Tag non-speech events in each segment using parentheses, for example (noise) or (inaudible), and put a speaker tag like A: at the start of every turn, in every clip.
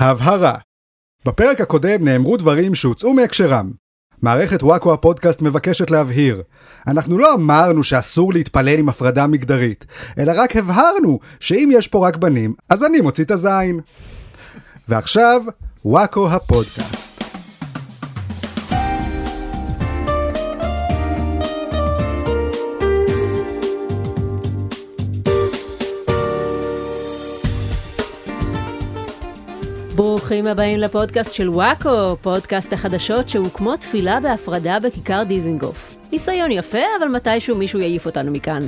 A: הבהרה בפרק הקודם נאמרו דברים שהוצאו מהקשרם. מערכת וואקו הפודקאסט מבקשת להבהיר. אנחנו לא אמרנו שאסור להתפלל עם הפרדה מגדרית, אלא רק הבהרנו שאם יש פה רק בנים, אז אני מוציא את הזין. ועכשיו, וואקו הפודקאסט.
B: ברוכים הבאים לפודקאסט של וואקו, פודקאסט החדשות שהוא כמו תפילה בהפרדה בכיכר דיזינגוף. ניסיון יפה, אבל מתישהו מישהו יעיף אותנו מכאן.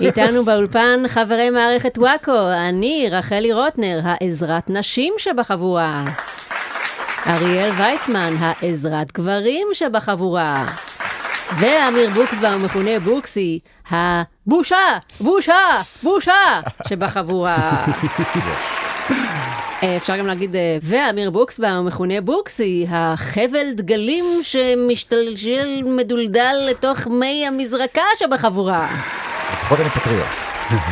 B: איתנו באולפן חברי מערכת וואקו, אני רחלי רוטנר, העזרת נשים שבחבורה. אריאל וייסמן, העזרת גברים שבחבורה. ואמיר בוקסבאום מכונה בוקסי, הבושה, בושה, בושה שבחבורה. אה, אפשר גם להגיד, אה, ואמיר בוקסבאום מכונה בוקסי, החבל דגלים שמשתלשל מדולדל לתוך מי המזרקה
A: (laughs)
B: שבחבורה.
C: לפחות אני פטריוט.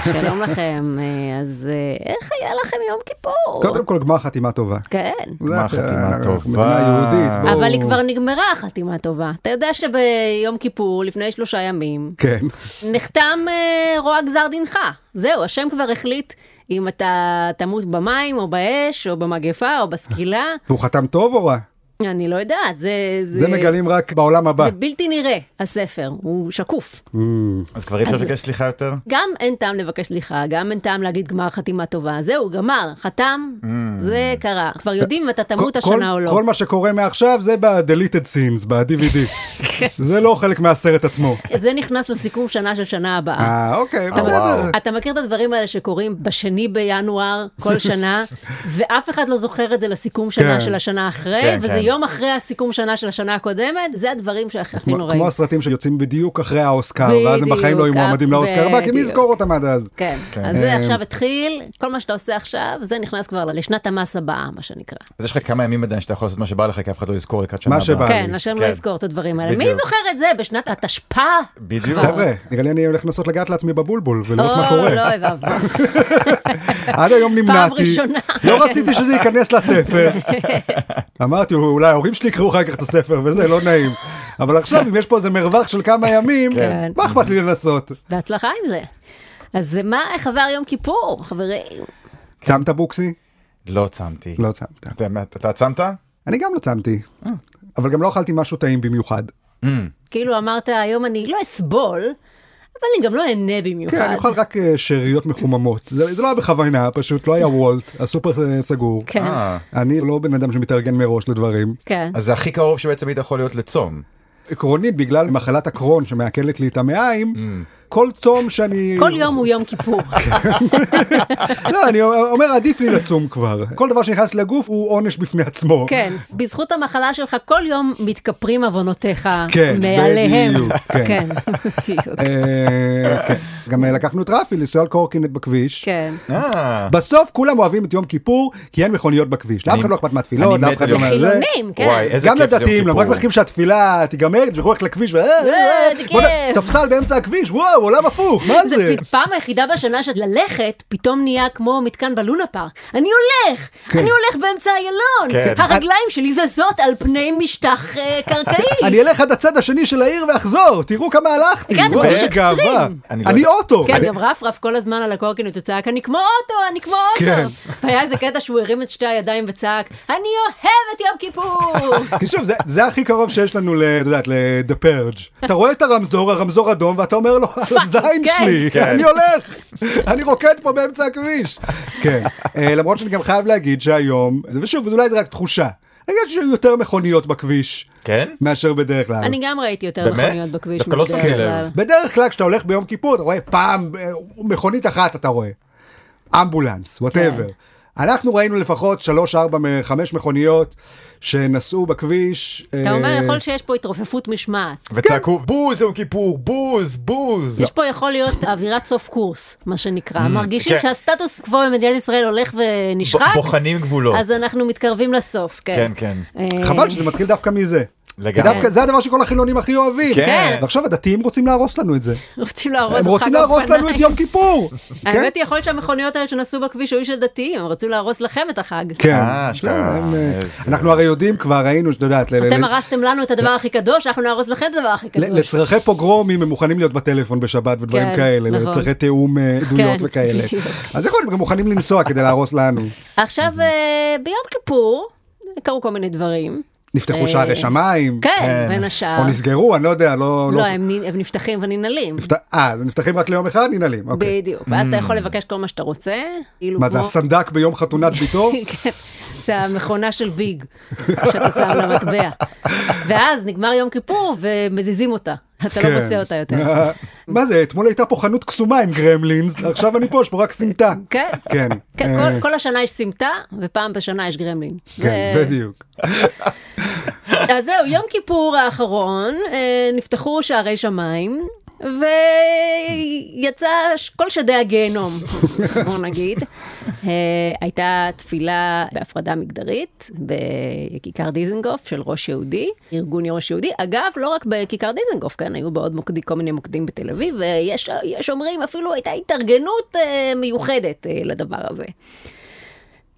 B: שלום לכם, אה, אז אה, איך היה לכם יום כיפור?
A: קודם כל, גמר חתימה טובה.
B: כן.
A: זה
C: גמר חתימה
A: אנחנו
C: טובה.
A: מדינה יהודית, בואו.
B: אבל היא כבר נגמרה החתימה טובה. אתה יודע שביום כיפור, לפני שלושה ימים,
A: כן.
B: נחתם אה, רוע גזר דינך. זהו, השם כבר החליט אם אתה תמות במים, או באש, או במגפה, או
A: (laughs)
B: בסקילה.
A: והוא חתם טוב או רע?
B: אני לא יודעת, זה...
A: זה מגלים רק בעולם הבא.
B: זה בלתי נראה, הספר, הוא שקוף.
C: אז כבר אי אפשר
B: אז-
C: לבקש סליחה יותר?
B: גם אין טעם לבקש סליחה, גם אין טעם להגיד גמר חתימה טובה. זהו, גמר, חתם, זה קרה. כבר יודעים אם אתה תמות
A: Mm. כל- כל-
B: השנה או לא.
A: כל מה שקורה מעכשיו זה ב-deleted scenes, ב-DVD.
B: כן.
A: זה לא חלק מהסרט עצמו.
B: זה נכנס לסיכום שנה של שנה הבאה.
A: אה, אוקיי,
C: אה, וואו.
A: בסדר.
B: אתה מכיר את הדברים האלה שקורים בשני בינואר כל
A: (laughs)
B: שנה, ואף אחד לא זוכר את זה לסיכום שנה
A: כן.
B: של השנה אחרי,
C: כן,
B: וזה
C: כן.
B: יום אחרי הסיכום שנה של השנה הקודמת, זה הדברים שהכי הכי
A: כמו,
B: נוראים.
A: כמו הסרטים שיוצאים בדיוק אחרי האוסקר, ואז הם בחיים לא יהיו
B: בדיוק,
A: מועמדים לאוסקר הבא, כי מי
B: בדיוק.
A: יזכור אותם עד אז?
B: כן,
C: כן.
B: אז זה
A: אה,
B: עכשיו התחיל, כל מה שאתה עושה עכשיו, זה נכנס כבר לשנת המס הבאה, מה שנקרא.
C: אז יש לך כמה ימים עדיין שאתה יכול לעשות מה שבא לך, כי אף אחד לא יזכור לקראת שנה
A: מה
C: הבאה.
A: שבא. לי.
B: כן, השם לא
C: כן.
B: יזכור את הדברים האלה. מי
C: בדיוק.
B: זוכר את זה בשנת התשפ"א?
C: בדיוק.
A: חבר'ה, נראה לי אני הולך לנסות לגעת לעצמי בבולבול ולראות מה
B: או,
A: קורה.
B: לא, ואבוי.
A: עד היום נמנעתי,
B: ראשונה.
A: לא רציתי שזה ייכנס לספר.
B: (laughs)
A: אמרתי, אולי ההורים שלי יקראו אחר כך את הספר וזה, לא נעים. אבל עכשיו, אם יש פה איזה מרווח של כמה ימים,
B: כן.
A: מה אכפת לי לנסות?
B: (laughs) בהצלחה עם זה. אז זה מה, איך עבר יום כיפור, חברים?
A: צמת בוקסי?
C: לא צמתי.
A: לא צמת.
C: אתה- אתה צמת?
A: אני גם לא צמתי, אבל גם לא אכלתי משהו טעים במיוחד.
B: כאילו אמרת, היום אני לא אסבול, אבל אני גם לא אהנה במיוחד.
A: כן, אני אוכל רק אה, שאריות מחוממות. זה זה לא היה בכוונה, פשוט לא היה וולט, הסופר אה, סגור.
B: כן,
C: אה.
A: אני לא בן אדם שמתארגן מראש לדברים.
B: כן.
C: אז זה הכי קרוב שבעצם היית יכול להיות לצום.
A: עקרונית, בגלל מחלת הקרון שמעכלת לי את המעיים, כל צום שאני...
B: כל יום הוא יום כיפור.
A: (laughs) כן. לא, אני אומר, עדיף לי לצום כבר. כל דבר שנכנס לגוף הוא עונש בפני עצמו.
B: כן, בזכות המחלה שלך כל יום מתכפרים עוונותיך
A: כן,
B: מעליהם.
A: בדיוק, כן.
B: (laughs) כן, בדיוק.
A: אה, כן. גם אה, לקחנו את רפי לנסוע על קורקינט בכביש.
B: כן.
C: אה.
A: בסוף כולם אוהבים את יום כיפור, כי אין מכוניות בכביש. לאף אחד לא אכפת מהתפילות,
C: אני
A: לאף
C: מת
A: אחד
C: על
A: לא...
C: יום
A: מה- זה-
B: לחילונים, כן.
C: וואי, איזה
A: גם
C: כיף זה יום
A: לדתיים, לא,
C: כיפור.
A: רק מחכים שהתפילה תיגמר, תשכחו ללכת לכביש, ו- אה, אה,
B: זה
A: בוא'נה,
B: כיף.
A: ספסל באמצע הכביש, וואו, עולם הפוך, מה
B: זה
A: זה?
B: פת- פעם היחידה בשנה שללכת פתאום נהיה כמו מתקן בלונה פארק. אני הולך,
A: כן.
B: אני הולך באמצע איילון,
C: כן.
B: הרגליים שלי זזות על פני משטח אה, קרקעי.
A: (laughs) אני אלך עד הצד השני של העיר ואחזור, תראו כמה הלכתי,
B: כן,
A: וואו,
B: אבל יש
A: איזה
B: אקסטרים.
A: גאווה.
C: אני לא
A: אני
C: יודע.
A: אוטו.
B: כן,
A: אני-
B: גם רפרף כל הזמן על הקורקינט הוא צעק, אני כמו אוטו, אני כמו
A: כן.
B: אוטו. והיה איזה קטע שהוא הרים את שתי הידיים וצעק, אני אוהב את יום
A: (laughs)
B: כיפור.
A: כי שוב, זה- זה הכי קרוב שיש לנו ל- את יודעת, ל-The Purge. אתה רואה את הרמזור, הרמזור אדום, ואתה אומר לו, על הזין
B: כן.
A: שלי,
C: כן.
A: אני הולך, אני רוקד פה באמצע הכביש. כן, אה, למרות שאני גם חייב להגיד שהיום, זה- ושוב, זה אולי זה רק תחושה, הרגשתי שהיו יותר מכוניות בכביש.
C: כן?
A: מאשר בדרך כלל.
B: אני גם ראיתי יותר
C: באמת?
B: מכוניות בכביש.
C: דווקא לא
B: מבדרך
C: שמתי לב.
B: כלל.
A: בדרך כלל כשאתה הולך ביום כיפור אתה רואה פעם אה, מכונית אחת אתה רואה. אמבולנס, וואטאבר.
B: כן.
A: אנחנו ראינו לפחות 3-4 מ-5 מכוניות שנסעו בכביש.
B: אתה אומר,
A: אה,
B: יכול שיש פה התרופפות משמעת.
A: כן.
C: וצעקו בוז יום כיפור, בוז, בוז.
A: לא.
B: יש פה יכול להיות אווירת סוף קורס, מה
A: Mm,
B: שנקרא. מרגישים
C: כן.
B: שהסטטוס קוו במדינת ישראל הולך
C: לא, ב-
B: ונשחק,
C: בוחנים גבולות.
B: אז אנחנו מתקרבים לסוף, כן.
C: כן, כן.
B: אה,
A: חבל שזה מתחיל דווקא מזה.
C: לגמרי.
A: ודווקא זה הדבר שכל החילונים הכי אוהבים.
B: כן.
A: ועכשיו הדתיים רוצים להרוס לנו את זה.
B: (laughs) רוצים להרוס
A: הם
B: את
A: רוצים
B: חג
A: להרוס לנו את
B: האופניים.
A: יום
B: (laughs)
A: כיפור. כן?
B: האמת היא, יכול להיות שהמכוניות האלה שנסעו בכביש היו של דתיים, הם רצו להרוס לכם את החג.
A: כן.
C: אה, אשכרה.
A: לא, הם, אה,
C: איזה-
A: אנחנו הרי יודעים כבר, ראינו, את יודעת, ל- ל-
B: אתם הרסתם לנו את הדבר הכי קדוש, אנחנו נהרוס לכם את הדבר הכי
A: ל-
B: קדוש.
A: לצרכי פוגרומים הם מוכנים להיות בטלפון בשבת ודברים
B: כן,
A: כאלה,
B: נכון.
A: לצרכי תיאום
B: (laughs)
A: אה, עדויות
B: כן,
A: וכאלה.
B: בדיוק.
A: אז יכול להיות, הם גם מוכנים לנסוע כדי להרוס לנו.
B: עכשיו, אה, ביום כיפור, קרו כל מיני דברים.
A: נפתחו
B: אה,
A: שערי שמיים.
B: כן, בין השאר.
A: או נסגרו, אני לא יודע, לא...
B: לא, הם נ- הם נפתחים וננעלים.
A: נפת- אה, אז נפתחים רק ליום אחד, ננעלים. אוקיי.
B: בדיוק. ואז אתה יכול לבקש כל מה שאתה רוצה. אילו
A: מה זה,
B: כמו-
A: הסנדק ביום חתונת ביתו?
B: (laughs) כן, זה המכונה של ביג, שאתה שם למטבע. ואז נגמר יום כיפור ומזיזים אותה. אתה לא
A: כן.
B: מוצא אותה
A: (laughs)
B: יותר.
A: מה זה, אתמול הייתה פה חנות קסומה עם גרמלינס, עכשיו אני פה, יש פה רק
B: (laughs)
A: סמטה.
B: כן.
A: כן.
B: כן,
A: אה,
B: כל- כל השנה יש סמטה, ופעם בשנה יש גרמלין.
A: כן,
B: זה-
A: בדיוק.
B: אז זהו, יום כיפור האחרון, אה, נפתחו שערי שמיים, ויצא ש- כל שדי הגיהנום, בוא נגיד. אה, הייתה תפילה בהפרדה מגדרית בכיכר דיזנגוף של ראש יהודי, ארגון ראש יהודי. אגב, לא רק בכיכר דיזנגוף, כן, היו בעוד מוקדים, כל מיני מוקדים בתל אביב, ויש יש אומרים, אפילו הייתה התארגנות אה, מיוחדת אה, לדבר הזה.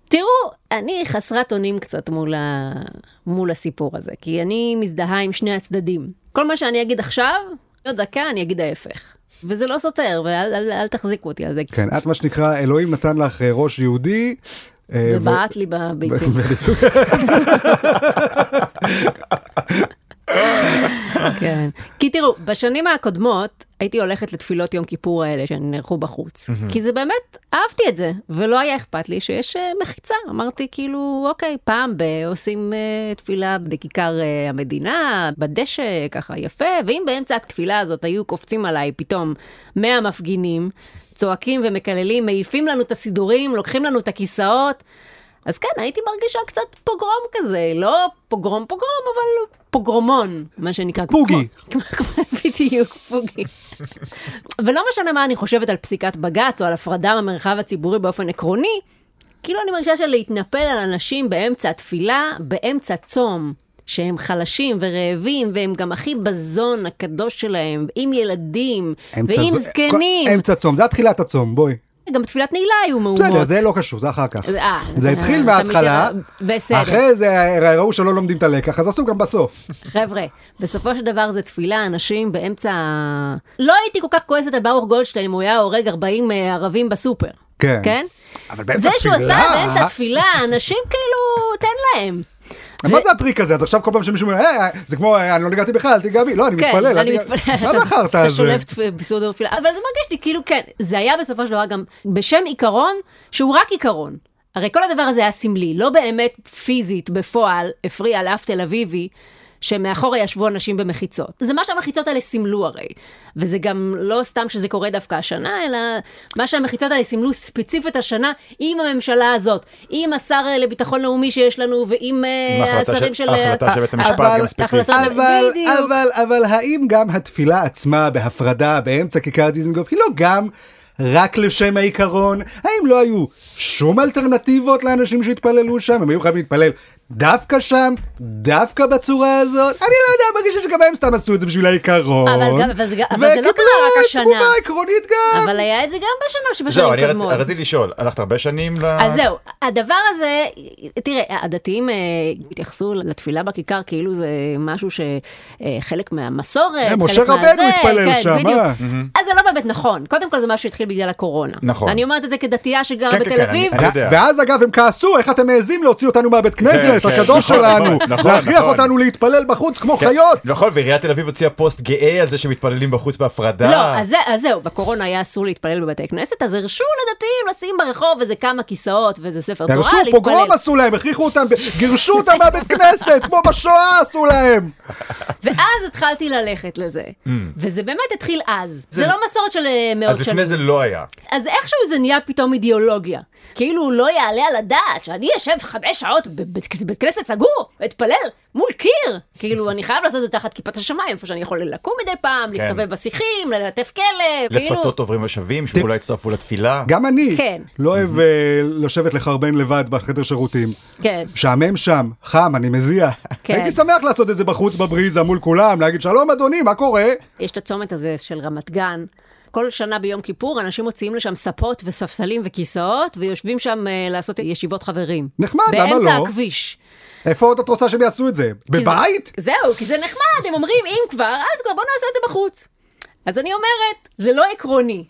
B: תראו, אני חסרת אונים קצת מול, ה... מול הסיפור הזה, כי אני מזדהה עם שני הצדדים. כל מה שאני אגיד עכשיו, עוד דקה אני אגיד ההפך. וזה לא סותר, ואל אל, אל תחזיקו אותי על זה.
A: כן, את מה שנקרא, אלוהים נתן לך אה, ראש יהודי. אה, ו-
B: ובעט לי בביצים.
A: בדיוק.
B: כן. כי תראו, בשנים הקודמות הייתי הולכת לתפילות יום כיפור האלה שנערכו בחוץ. כי זה באמת, אהבתי את זה, ולא היה אכפת לי שיש אה, מחיצה. אמרתי כאילו, אוקיי, פעם ב... עושים אה, תפילה בכיכר אה, המדינה, בדשא, ככה יפה, ואם באמצע התפילה הזאת היו קופצים עליי פתאום 100 מפגינים, צועקים ומקללים, מעיפים לנו את הסידורים, לוקחים לנו את הכיסאות. אז כן, הייתי מרגישה קצת פוגרום כזה, לא פוגרום פוגרום, אבל פוגרומון, מה שנקרא.
A: בוגי.
B: כמו- כמו- (laughs) בדיוק, פוגי. ולא משנה מה אני חושבת על פסיקת בג"ץ או על הפרדה במרחב הציבורי באופן עקרוני, כאילו אני מרגישה שלהתנפל על אנשים באמצע התפילה, באמצע צום, שהם חלשים ורעבים, והם גם הכי בזון הקדוש שלהם, עם ילדים,
A: אמצע
B: ועם
A: זו-
B: זקנים,
A: כל- אמצע צום, זה התחילת הצום, בואי.
B: גם תפילת נעילה היו מהומות.
A: בסדר, זה לא קשור, זה אחר כך.
B: אה,
A: זה
B: אתה-
A: התחיל
B: אתה
A: מההתחלה,
B: מכיר- בסדר.
A: אחרי זה ראו שלא לומדים את הלקח, אז עשו גם בסוף.
B: חבר'ה, בסופו של דבר זה תפילה, אנשים באמצע... ה- לא הייתי כל כך כועסת על ברוך גולדשטיין אם הוא היה הורג 40 ערבים בסופר.
A: כן.
B: כן?
A: אבל באמצע
B: זה שהוא עשה
A: תפילה-
B: באמצע תפילה, אנשים כאילו, תן להם.
A: מה זה הטריק הזה? אז עכשיו כל פעם שמישהו אומר, "אה, זה כמו, אה, אני לא הגעתי בכלל, אל תיגע בי. לא, אני
B: כן,
A: מתפלל. אל
B: אני
A: תיגע-
B: מתפללת.
A: מה זה החרטא
B: אתה
A: הזה?
B: שולף תפ- בסעודו תפילה, אבל זה מרגיש לי כאילו כן, זה היה בסופו של דבר גם בשם עיקרון שהוא רק עיקרון. הרי כל הדבר הזה היה סמלי, לא באמת פיזית, בפועל, הפריע לאף תל אביבי. שמאחורה ישבו אנשים במחיצות. זה מה שהמחיצות האלה סימלו הרי. וזה גם לא סתם שזה קורה דווקא השנה, אלא מה שהמחיצות האלה סימלו ספציפית השנה עם הממשלה הזאת, עם השר אה, לביטחון לאומי שיש לנו, ועם אה,
C: עם ההחלטה של-
B: השרים של...
C: ההחלטה של בית המשפט
A: אבל-
C: גם ספציפית.
B: ההחלטות-
A: אבל,
B: בדיוק.
A: אבל, אבל האם גם התפילה עצמה בהפרדה באמצע כיכר דיזנגוף היא לא גם רק לשם העיקרון? האם לא היו שום אלטרנטיבות לאנשים שהתפללו שם? הם היו חייבים להתפלל דווקא שם, דווקא בצורה הזאת? אני לא יודע, מרגיש שגם הם סתם עשו את זה בשביל העיקרון.
B: אבל גם- אבל זה גם- אבל זה לא
A: וקיבלו
B: קרה רק השנה.
A: תגובה עקרונית גם.
B: אבל היה את זה גם בשנה שבשנים
C: זהו, לא, אני רצ-
B: קודמות.
C: רציתי לשאול, הלכת הרבה שנים ל...
B: אז זהו, הדבר הזה, תראה, הדתיים אה, התייחסו לתפילה בכיכר כאילו זה משהו שחלק מהמסורת,
A: אה,
B: חלק
A: משה
B: מהזה,
A: רבנו התפלל
B: כן,
A: שם,
B: בדיוק.
A: אה?
B: אז זה לא באמת נכון. קודם כל זה משהו שהתחיל בגלל הקורונה.
C: נכון.
B: אני אומרת את זה כדתייה
C: כן,
B: שגרה
C: כן,
B: בתל
C: כן,
B: אביב.
C: אני- יודע.
A: ואז אגב הם כעסו איך אתם מעזים להוציא אותנו מהבית כנסת
C: כן,
A: הקדוש
C: נכון,
A: שלנו,
C: נכון, נכון,
A: להכריח
C: נכון.
A: אותנו להתפלל בחוץ כמו
C: כן,
A: חיות.
C: נכון, ועיריית תל אביב הוציאה פוסט גאה על זה שמתפללים בחוץ בהפרדה.
B: לא, אז, זה, אז זהו, בקורונה היה אסור להתפלל בבתי כנסת, אז הרשו לדתיים לשים ברחוב איזה כמה כיסאות ואיזה ספר תורה,
A: הרסו
B: להתפלל.
A: פוגרום עשו להם, הכריחו אותם, ב- גירשו אותם מהבית כנסת, כמו בשואה עשו להם.
B: ואז התחלתי ללכת לזה. וזה באמת התחיל אז. זה, לא מסורת של אה, מאות
C: Mm. אז
B: שנים.
C: לפני זה לא היה.
B: אז איכשהו זה נהיה פתאום אידיאולוגיה. כאילו לא יעלה על הדעת שאני אשב חמש שעות בבית בית כנסת סגור, אתפלל מול קיר. כאילו אני חייב לעשות את זה תחת כיפת השמיים, איפה שאני יכול לקום מדי פעם,
A: כן.
B: להסתובב בשיחים, ללטף כלב, כאילו...
C: לפתות עוברים ושבים, שאולי יצטרפו לתפילה.
A: גם אני
B: כן.
A: לא אוהב אה, לשבת לחרבן לבד בחדר שירותים.
B: כן.
A: משעמם שם, חם, אני מזיע.
B: כן.
A: הייתי שמח לעשות את זה בחוץ בבריזה מול כולם, להגיד שלום אדוני, מה קורה?
B: יש את הצומת הזה של רמת גן. כל שנה ביום כיפור אנשים מוציאים לשם ספות וספסלים וכיסאות, ויושבים שם אה, לעשות ישיבות חברים.
A: נחמד, למה לא?
B: באמצע הכביש.
A: איפה עוד את רוצה שהם יעשו את זה?
B: כי זה-
A: בבית?
B: זהו, כי זה נחמד, הם אומרים, אם כבר, אז כבר בוא נעשה את זה בחוץ. אז אני אומרת, זה לא עקרוני.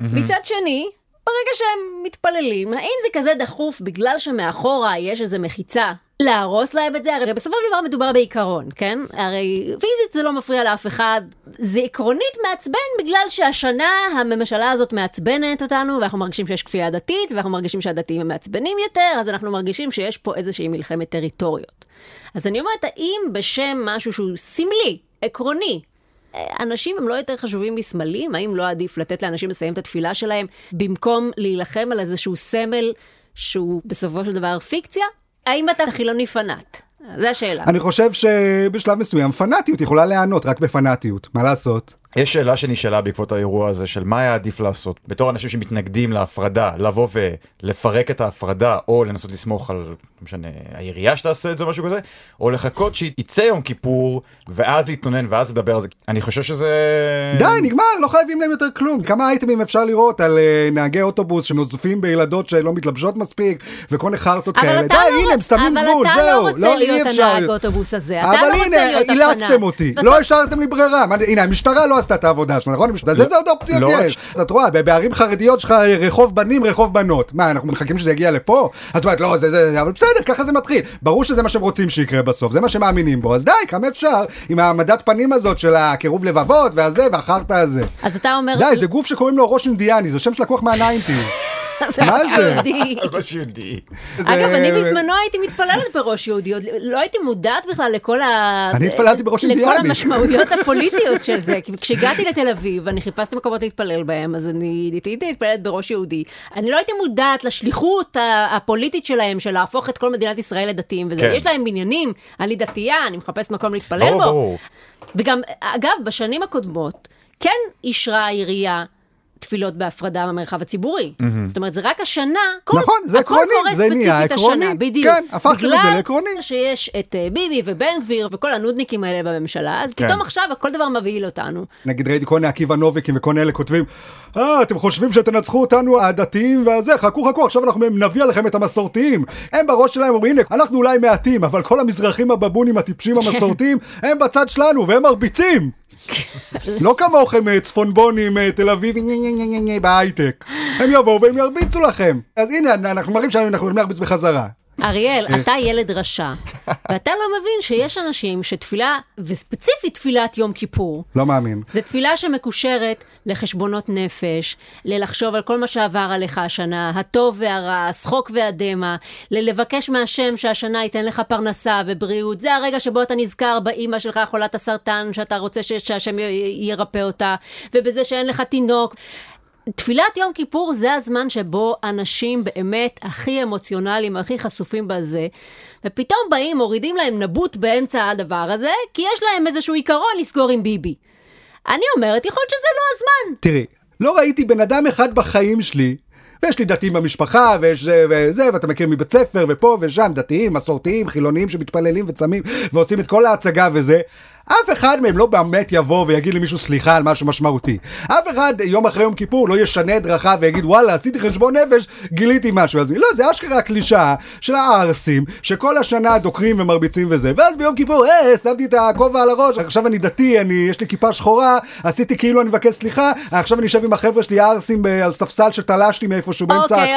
B: מצד שני, ברגע שהם מתפללים, האם זה כזה דחוף בגלל שמאחורה יש איזו מחיצה? להרוס להם את זה? הרי בסופו של דבר מדובר בעיקרון, כן? הרי פיזית זה לא מפריע לאף אחד. זה עקרונית מעצבן בגלל שהשנה הממשלה הזאת מעצבנת אותנו, ואנחנו מרגישים שיש כפייה דתית, ואנחנו מרגישים שהדתיים הם מעצבנים יותר, אז אנחנו מרגישים שיש פה איזושהי מלחמת טריטוריות. אז אני אומרת, האם בשם משהו שהוא סמלי, עקרוני, אנשים הם לא יותר חשובים מסמלים? האם לא עדיף לתת לאנשים לסיים את התפילה שלהם במקום להילחם על איזשהו סמל שהוא בסופו של דבר פיקציה? האם אתה חילוני פנאט? זו השאלה.
A: אני חושב שבשלב מסוים פנאטיות יכולה להיענות רק בפנאטיות, מה לעשות?
C: יש שאלה שנשאלה בעקבות האירוע הזה של מה היה עדיף לעשות בתור אנשים שמתנגדים להפרדה לבוא ולפרק את ההפרדה או לנסות לסמוך על לא משנה העירייה שתעשה את זה או משהו כזה או לחכות שיצא יום כיפור ואז להתלונן ואז לדבר על זה אני חושב שזה כן.
A: די, נגמר, לא חייבים להם יותר כלום. כמה אייטמים אפשר לראות על אה, נהגי אוטובוס שנוזפים בילדות שלא מתלבשות מספיק, וכל מיני חרטות כאלה. די,
B: לא רוצ-
A: הנה, הם שמים
B: אבל
A: גבול,
B: אתה
A: זהו.
B: לא רוצה
A: אי
B: להיות
A: אפשר.
B: הנהג אוטובוס הזה, אתה
A: אבל
B: לא רוצה
A: הנה,
B: להיות
A: אילצתם
B: הפנאט.
A: אותי,
B: בסוף-
A: לא השארתם לי ברירה. מה- הנה, המשטרה לא עשתה את העבודה שלה, נכון? המשטרה- אז איזה עוד אופציות
C: לא רק
A: יש? את רואה, ב- בערים חרדיות שלך רחוב בנים, רחוב בנות. מה, אנחנו מחכים שזה יגיע לפה? את אומרת, לא, זה, זה, אבל בסדר, ככה זה מתחיל. ברור שזה מה שהם רוצים שיקרה בסוף, זה מה שמאמינים בו. אז די, כמה אפשר עם העמדת פנים הזאת של הקירוב לבבות, והזה, והחרטא הזה.
B: אז אתה אומר...
A: די, זה גוף שקוראים לו ראש אינדיאני, זה שם של לקוח
B: (laughs)
A: מהניינטיז. מה זה?
B: יהודי.
C: ראש יהודי.
B: אגב,
A: זה-
B: אני בזמנו הייתי מתפללת בראש יהודי, עוד לא הייתי מודעת בכלל לכל ה...
A: אני התפללתי בראש אינדיאני.
B: לכל
A: (laughs)
B: המשמעויות הפוליטיות של זה. כי כשהגעתי לתל אביב, אני חיפשתי מקומות להתפלל בהם, אז אני הייתי מתפללת בראש יהודי. אני לא הייתי מודעת לשליחות ה- הפוליטית שלהם, של להפוך את כל מדינת ישראל לדתיים וזה.
C: כן.
B: יש להם עניינים, אני דתייה, אני מחפשת מקום להתפלל בו.
C: ברור לא ברור.
B: וגם, אגב, בשנים הקודמות, כן אישרה העירייה תפילות בהפרדה במרחב הציבורי. Mm-hmm. זאת אומרת, זה רק השנה, כל,
A: נכון, זה
B: הכל
A: עקרוני,
B: קורה
A: זה
B: ספציפית
A: נהיה עקרוני.
B: השנה, בדיוק.
A: כן, הפכתם את זה לעקרוני.
B: בגלל שיש את אה, ביבי ובן גביר וכל הנודניקים האלה בממשלה, אז
C: כן.
B: פתאום עכשיו הכל דבר מבהיל אותנו.
A: נגיד ראיתי כל מיני עקיבא נוביקים וכל אלה כותבים, אה, אתם חושבים שתנצחו אותנו הדתיים והזה, חכו חכו, עכשיו אנחנו נביא עליכם את המסורתיים. הם בראש שלהם אומרים, הנה, אנחנו אולי מעטים, אבל כל המזרחים הבבונים הטיפשים המסורתיים, הם בצד שלנו, והם מרביצים. לא כמוכם אה, צפונבונים, אה, תל אביב, נה, נה, נה, נה, נה, בהייטק. הם יבואו והם ירביצו לכם. אז הנה, אנחנו מראים שאנחנו יכולים להרביץ בחזרה.
B: אריאל,
A: אה.
B: אתה ילד רשע, ואתה לא מבין שיש אנשים שתפילה, וספציפית תפילת יום כיפור,
A: לא מאמין.
B: זו תפילה שמקושרת לחשבונות נפש, ללחשוב על כל מה שעבר עליך השנה, הטוב והרע, השחוק והדמע, ללבקש מהשם שהשנה ייתן לך פרנסה ובריאות. זה הרגע שבו אתה נזכר באימא שלך חולת הסרטן, שאתה רוצה ש- שהשם י- ירפא אותה, ובזה שאין לך תינוק. תפילת יום כיפור זה הזמן שבו אנשים באמת הכי אמוציונליים, הכי חשופים בזה, ופתאום באים, מורידים להם נבוט באמצע הדבר הזה, כי יש להם איזשהו עיקרון לסגור עם ביבי. אני אומרת, יכול להיות שזה לא הזמן.
A: תראי, לא ראיתי בן אדם אחד בחיים שלי, ויש לי דתיים במשפחה, ויש זה וזה, ואתה מכיר מבית ספר, ופה ושם, דתיים, מסורתיים, חילונים שמתפללים וצמים, ועושים את כל ההצגה וזה. אף אחד מהם לא באמת יבוא ויגיד למישהו סליחה על משהו משמעותי. אף אחד יום אחרי יום כיפור לא ישנה את דרכיו ויגיד וואלה עשיתי חשבון נפש גיליתי משהו על עצמי. לא זה אשכרה הקלישאה של הערסים שכל השנה דוקרים ומרביצים וזה ואז ביום כיפור אה שמתי את הכובע על הראש עכשיו אני דתי אני יש לי כיפה שחורה עשיתי כאילו אני מבקש סליחה עכשיו אני יושב עם החבר'ה שלי הערסים ב- על ספסל שתלשתי מאיפשהו באמצע
B: אוקיי,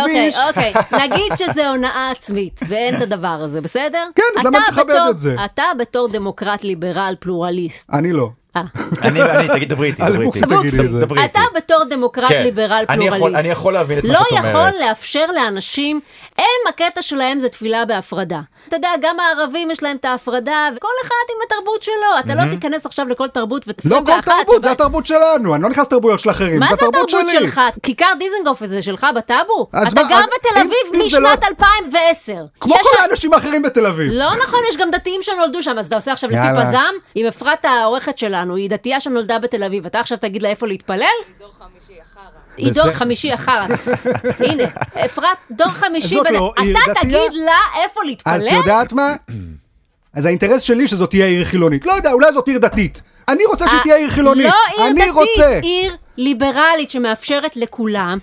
B: אוקיי,
A: הכביש.
B: אוקיי.
A: (laughs)
B: נגיד שזה הונאה עצמית, ואין את הדבר הזה, בסדר?
A: כן, אז למה
B: אתה
A: צריך לכבד
B: בתור-
A: את זה?
B: אתה בתור דמוקרט ליברל פלורליסט.
A: אני לא. (laughs)
B: אה.
C: אני אני תגיד דברי איתי דברי
A: אלבוקס
C: איתי.
A: תגידי את
B: סבוקס,
A: זה.
C: דברי
B: אתה
C: איתי.
B: בתור דמוקרט
C: כן.
B: ליברל
C: אני יכול-
B: פלורליסט.
C: אני יכול להבין את מה שאת
B: לא יכול
C: אומרת.
B: לאפשר לאנשים, הם, הקטע שלהם זה תפילה בהפרדה. אתה יודע, גם הערבים יש להם את ההפרדה, וכל אחד עם התרבות שלו. אתה לא תיכנס עכשיו לכל תרבות ו-21
A: לא כל תרבות זה התרבות שלנו אני לא נכנס לתרבויות של אחרים
B: מה
A: זה
B: זה
A: התרבות
B: התרבות
A: שלי.
B: שלך? כיכר דיזנגוף הזה שלך בטאבו?
A: אז
B: אתה
A: מה,
B: גר
A: אז
B: בתל
A: אם-
B: אביב
A: אם זה לא-
B: משנת 2010.
A: כמו
B: יש
A: כל
B: שם-
A: האנשים האחרים בתל אביב.
B: לא נכון, יש גם דתיים שנולדו שם, אז אתה עושה עכשיו לפי
A: יאללה.
B: פזם? אם אפרת העורכת שלנו, היא דתייה שנולדה בתל אביב, אתה עכשיו תגיד לה איפה להתפלל? היא דור
A: וזה- (laughs)
B: חמישי אחר. הנה, אפרת, דור חמישי,
A: זאת
B: בנ-
A: לא עיר
B: אתה
A: דתייה?
B: תגיד לה איפה להתפלל?
A: אז את יודעת מה? אז האינטרס שלי שזאת תהיה עיר חילונית. לא יודע, אולי זאת עיר דתית. אני רוצה שתהיה עיר חילונית.
B: אה, לא עיר
A: אני
B: דתית,
A: רוצה.
B: עיר ליברלית שמאפשרת לכולם.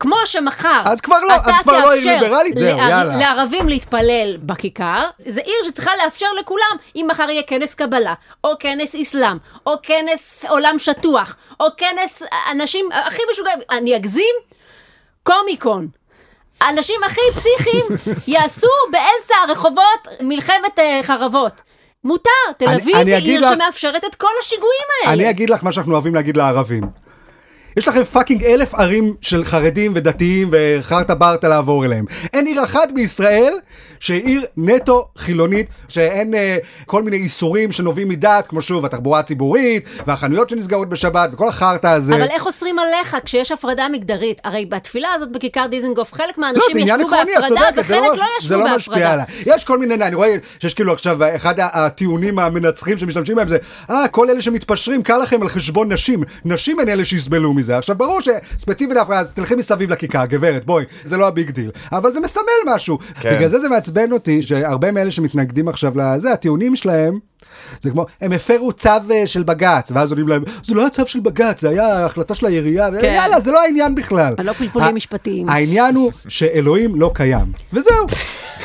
B: כמו שמחר,
A: אז כבר לא-
B: אתה
A: אז כבר לא עיר
B: תאפשר
A: ליברלית, זהו,
B: לער-
A: יאללה.
B: לערבים להתפלל בכיכר, זה עיר שצריכה לאפשר לכולם, אם מחר יהיה כנס קבלה, או כנס אסלאם, או כנס עולם שטוח, או כנס אנשים הכי משוגעים, אני אגזים? קומיקון. האנשים הכי
A: (laughs)
B: פסיכיים יעשו באמצע הרחובות מלחמת אה, חרבות. מותר, תל
A: אני-
B: אביב
A: אני
B: היא
A: אגיד
B: עיר
A: לך-
B: שמאפשרת את כל השיגועים האלה.
A: אני אגיד לך מה שאנחנו אוהבים להגיד לערבים. יש לכם פאקינג אלף ערים של חרדים ודתיים וחרטה ברטה לעבור אליהם. אין עיר אחת בישראל שהיא עיר נטו חילונית, שאין אה, כל מיני איסורים שנובעים מדת, כמו שוב, התחבורה הציבורית, והחנויות שנסגרות בשבת, וכל החרטה הזה.
B: אבל איך אוסרים עליך כשיש הפרדה מגדרית? הרי בתפילה הזאת בכיכר דיזנגוף חלק
A: לא,
B: מהאנשים
A: זה עניין
B: ישבו
A: עקרוני, את
B: בהפרדה
A: צודקת,
B: וחלק
A: זה
B: לא
A: זה
B: ישבו
A: לא משפיע
B: בהפרדה.
A: עליי. יש כל מיני, אני רואה שיש כאילו עכשיו, אחד ה- הטיעונים המנצחים שמשתמשים בהם זה, אה, כל אלה שמתפשרים, קל לכם על חשבון נשים, נשים הן אלה שיסבלו מזה. עכשיו, ברור שספציפית ההפרעה, אז תלכי מסביב לכיכר, גברת, בואי, זה לא הביג דיל. אבל זה מסמל משהו.
C: כן.
A: בגלל זה זה מעצבן אותי, שהרבה מאלה שמתנגדים עכשיו לזה, הטיעונים שלהם, זה כמו, הם הפרו צו אה, של בג"ץ, ואז עונים להם, זה לא היה צו של בג"ץ, זה היה החלטה של העירייה,
B: כן.
A: יאללה, זה לא העניין בכלל.
B: לא פלפולים
A: ה-
B: משפטיים.
A: העניין הוא שאלוהים לא קיים, וזהו.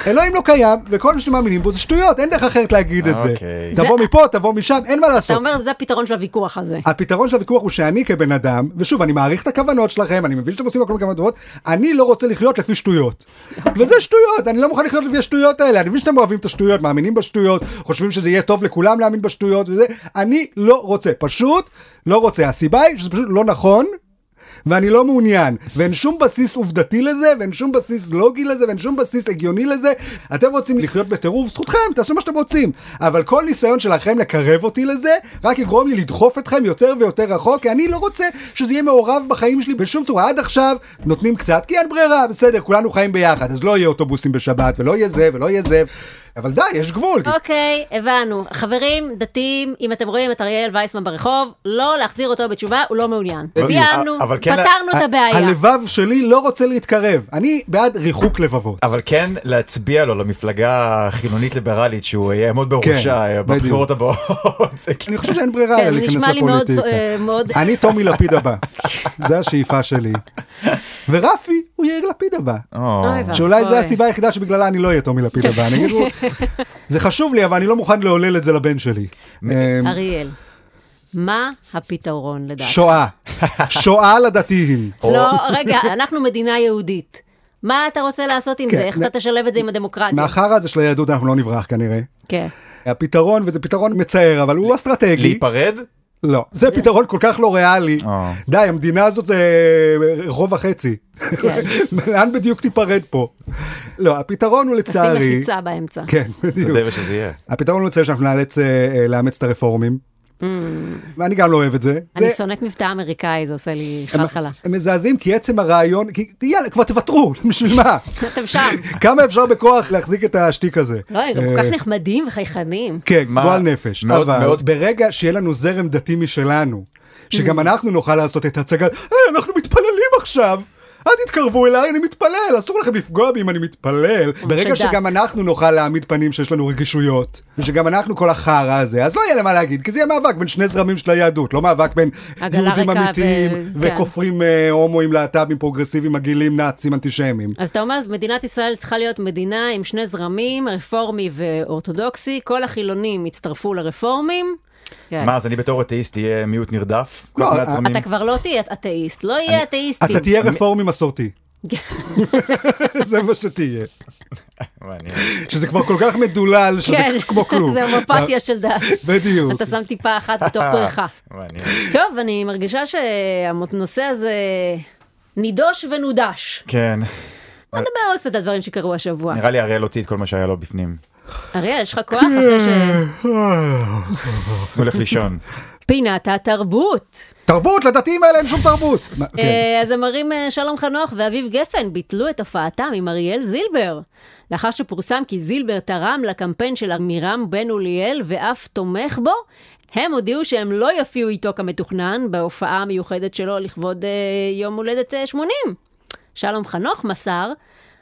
A: אלוהים לא קיים, וכל מה שאתם מאמינים בו זה שטויות, אין דרך אחרת להגיד את זה.
C: אוקיי.
A: תבוא מפה, תבוא משם, אין מה
B: אתה
A: לעשות.
B: אומר, זה הפתרון של הוויכוח הזה.
A: הפתרון של הוויכוח הוא שאני כבן אדם, ושוב, אני מעריך את הכוונות שלכם, אני מבין שאתם עושים הכל מכוונות טובות, אני לא רוצה לחיות לפי שטויות.
B: אוקיי.
A: וזה שטויות, אני לא מוכן לחיות לפי השטויות האלה, אני מבין שאתם אוהבים את השטויות, מאמינים בשטויות, חושבים שזה יהיה טוב לכולם להאמין בשטויות וזה, אני לא רוצה, פשוט לא רוצה. הסיבה היא שזה פשוט לא נכון, ואני לא מעוניין, ואין שום בסיס עובדתי לזה, ואין שום בסיס לוגי לזה, ואין שום בסיס הגיוני לזה. אתם רוצים לחיות בטירוף, זכותכם, תעשו מה שאתם רוצים. אבל כל ניסיון שלכם לקרב אותי לזה, רק יגרום לי לדחוף אתכם יותר ויותר רחוק, כי אני לא רוצה שזה יהיה מעורב בחיים שלי בשום צורה. עד עכשיו נותנים קצת, כי אין ברירה, בסדר, כולנו חיים ביחד, אז לא יהיה אוטובוסים בשבת, ולא יהיה זה, ולא יהיה זה. אבל די, יש גבול.
B: אוקיי, הבנו. חברים, דתיים, אם אתם רואים את אריאל וייסמן ברחוב, לא להחזיר אותו בתשובה, הוא לא מעוניין.
C: בדיוק.
B: סיימנו,
C: אבל כן-
B: פתרנו את הבעיה.
A: הלבב שלי לא רוצה להתקרב, אני בעד ריחוק לבבות.
C: אבל כן להצביע לו למפלגה החילונית ליברלית שהוא יעמוד בראשה אה,
A: כן, בדיוק.
C: בבחירות הבאות. (laughs) זה כאילו-
A: אני חושב שאין ברירה
B: כן,
A: אלא
B: זה
A: להיכנס
B: נשמע לי מאוד,
A: לפוליטיקה.
B: אה, מאוד-
A: אני טומי לפיד הבא, (laughs) זה השאיפה שלי. ורפי הוא יאיר לפיד הבא.
C: או.
B: אוי ואבוי.
A: שאולי זו הסיבה היחידה שבגללה אני לא אהיה טומי לפיד הבא. אני אגיד, "הוא- זה חשוב לי, אבל אני לא מוכן לעולל את זה לבן שלי. אמ,
B: אריאל, מה הפתרון לדעתך? (laughs)
A: שואה. שואה לדתיים.
B: לא, רגע, אנחנו מדינה יהודית. מה אתה רוצה לעשות עם
A: כן,
B: זה? איך
A: נ-
B: אתה תשלב את זה עם הדמוקרטיה?
A: מהחרא הזה של היהדות אנחנו לא נברח כנראה.
B: כן.
A: הפתרון, וזה פתרון מצער, אבל הוא אסטרטגי.
C: להיפרד?
A: לא. זה פתרון כל כך לא ריאלי.
C: אה.
A: די, המדינה הזאת זה רחוב וחצי.
B: כן.
A: (laughs) לאן בדיוק תיפרד פה? לא, הפתרון הוא
B: תשים
A: לצערי...
B: מחיצה באמצע.
A: כן, בדיוק.
C: זה שזה יהיה.
A: הפתרון הוא לצערי שאנחנו נאלץ אה, אה, לאמץ את הרפורמים. ואני גם לא אוהב את זה.
B: Mm. אני
A: זה-
B: שונאת מבטא אמריקאי, זה עושה לי חלחלה.
A: הם מזעזעים כי עצם הרעיון, כי יאללה, כבר תוותרו, (laughs) בשביל מה?
B: אתם
A: (laughs)
B: שם.
A: כמה אפשר בכוח להחזיק את השטיק הזה?
B: לא, הם גם
A: אה,
B: כל כך נחמדים וחייכנים.
A: כן,
C: מה-
A: גועל נפש.
C: מאוד-
A: אבל
C: מאוד-
A: ברגע שיהיה לנו זרם דתי משלנו, שגם
B: Mm.
A: אנחנו נוכל לעשות את הצגת, היי, אנחנו מתפללים עכשיו. אל תתקרבו אליי, אני מתפלל, אסור לכם לפגוע בי אם אני מתפלל. ברגע
B: שדת.
A: שגם אנחנו נוכל להעמיד פנים שיש לנו רגישויות, ושגם אנחנו כל החרא הזה, אז לא יהיה למה להגיד, כי זה יהיה מאבק בין שני זרמים של היהדות, לא מאבק בין
B: עגלה
A: יהודים
B: ריקה ו-
A: אמיתיים,
B: כן.
A: וכופרים אה, הומואים, להט"בים, פרוגרסיבים, מגעילים, נאצים, אנטישמים.
B: אז אתה אומר, מדינת ישראל צריכה להיות מדינה עם שני זרמים, רפורמי ואורתודוקסי, כל החילונים יצטרפו לרפורמים. כן.
C: מה, אז אני בתור אתאיסט אהיה מיעוט נרדף?
A: לא,
C: כל מיני
A: אתה-
C: עצמים.
B: אתה כבר לא תהיה אתאיסט, לא יהיה אתאיסטים.
A: אתה תהיה רפורמי מסורתי.
B: כן.
A: (laughs) זה מה שתהיה.
C: מעניין.
A: שזה כבר כל כך מדולל, שזה
B: כן,
A: כמו כלום.
B: (laughs)
A: אה,
B: זה הומופתיה של דת.
A: בדיוק.
B: אתה שם טיפה אחת בתוך
A: (laughs)
B: פרחה.
C: מעניין.
B: טוב, אני מרגישה שהנושא הזה נידוש ונודש.
C: כן.
B: בוא
A: אה.
B: נדבר עוד קצת על דברים שקרו השבוע.
C: נראה לי אריאל הוציא את כל מה שהיה לו בפנים.
B: אריאל, יש לך כוח אחרי ש...
C: הוא הולך
A: (laughs)
C: לישון.
B: פינת התרבות.
A: (sighs) תרבות, לדתיים האלה אין שום תרבות. מה, כן.
B: אה, הזמרים אה, שלום חנוך ואביב גפן ביטלו את הופעתם עם אריאל זילבר. לאחר שפורסם כי זילבר תרם לקמפיין של עמירם בן אוליאל ואף תומך בו, הם הודיעו שהם לא יופיעו איתו כמתוכנן בהופעה המיוחדת שלו לכבוד אה, יום הולדת אה, 80. שלום חנוך מסר,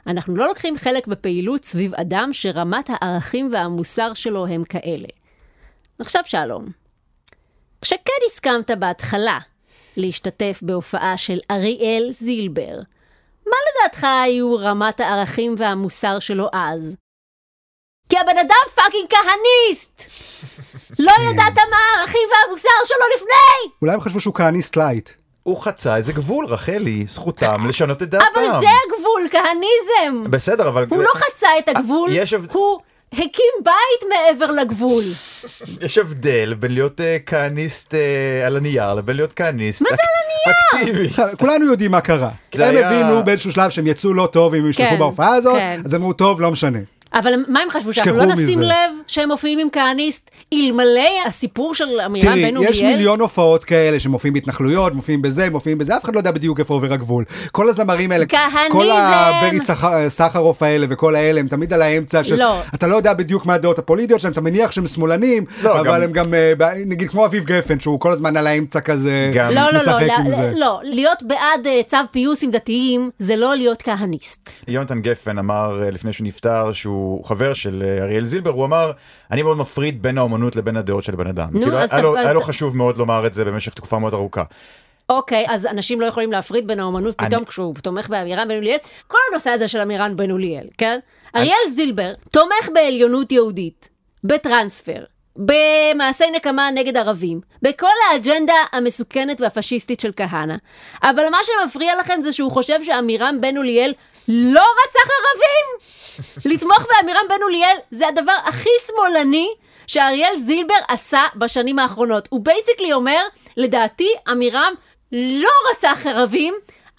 B: אנחנו לא לוקחים חלק בפעילות סביב אדם שרמת הערכים והמוסר שלו הם כאלה. עכשיו שלום, כשכן הסכמת בהתחלה להשתתף בהופעה של אריאל זילבר, מה לדעתך היו רמת הערכים והמוסר שלו אז? כי הבן אדם פאקינג כהניסט!
A: (laughs)
B: לא ידעת מה הערכים והמוסר שלו לפני!
A: אולי הם חשבו שהוא כהניסט לייט.
C: הוא חצה איזה גבול, רחלי, זכותם לשנות את דעתם.
B: אבל זה הגבול, כהניזם!
C: בסדר, אבל... אה,
B: הוא לא חצה את הגבול,
C: יש הבד-
B: הוא הקים בית מעבר לגבול.
C: יש הבדל בין להיות אה, כהניסט אה, על הנייר לבין להיות כהניסט... מה זה על הנייר? אקטיבי.
A: עכשיו, כולנו יודעים מה קרה.
C: זה
A: הם
C: היה-
A: הבינו באיזשהו שלב שהם יצאו לא טוב אם הם ישלחו
B: כן,
A: בהופעה הזאת,
B: כן.
A: אז הם אמרו, טוב, לא משנה.
B: אבל מה הם חשבו, שאנחנו לא
A: תשכחו
B: נשים
A: מזה.
B: לב שהם מופיעים עם כהניסט אלמלא הסיפור של עמירם
A: תראי,
B: בן
A: יש
B: אוריאל?
A: מיליון הופעות כאלה שמופיעים בהתנחלויות, מופיעים בזה, מופיעים בזה, אף אחד לא יודע בדיוק איפה עובר הגבול. כל הזמרים האלה,
B: כהניזם.
A: כל הברי סח- אה, סחרוף האלה וכל האלה, הם תמיד על האמצע, של-
B: לא.
A: אתה לא יודע בדיוק מה הדעות הפוליטיות שלהם, אתה מניח שהם שמאלנים,
C: לא,
A: אבל
C: גם-
A: הם גם, אה, ב- נגיד כמו אביב גפן, שהוא כל הזמן על האמצע כזה,
C: גם-
B: לא, לא, לא,
A: משחק עם
B: לא,
A: זה.
B: לא, להיות בעד אה, צו פיוס עם דתיים זה לא להיות כהניסט.
C: יונתן גפן אמר אה, לפני שהוא נפטר שהוא חבר של אה, אריאל זילבר הוא אמר אני מאוד מפריד בין האומנות לבין הדעות של בן אדם.
B: נו,
C: כאילו,
B: אז
C: היה,
B: אתה-
C: לו,
B: אז
C: היה לו
B: אתה-
C: חשוב מאוד לומר את זה במשך תקופה מאוד ארוכה.
B: אוקיי, אז אנשים לא יכולים להפריד בין האומנות
C: אני-
B: פתאום כשהוא תומך בעמירם בן אוליאל. כל הנושא הזה של עמירם בן אוליאל, כן? אריאל זילבר תומך בעליונות יהודית, בטרנספר, במעשי נקמה נגד ערבים, בכל האג'נדה המסוכנת והפשיסטית של כהנא. אבל מה שמפריע לכם זה שהוא חושב שעמירם בן אוליאל לא רצח ערבים! (laughs) לתמוך בעמירם בן אוליאל זה הדבר הכי שמאלני שאריאל זילבר עשה בשנים האחרונות. הוא בייסיקלי אומר, לדעתי עמירם לא רצח ערבים,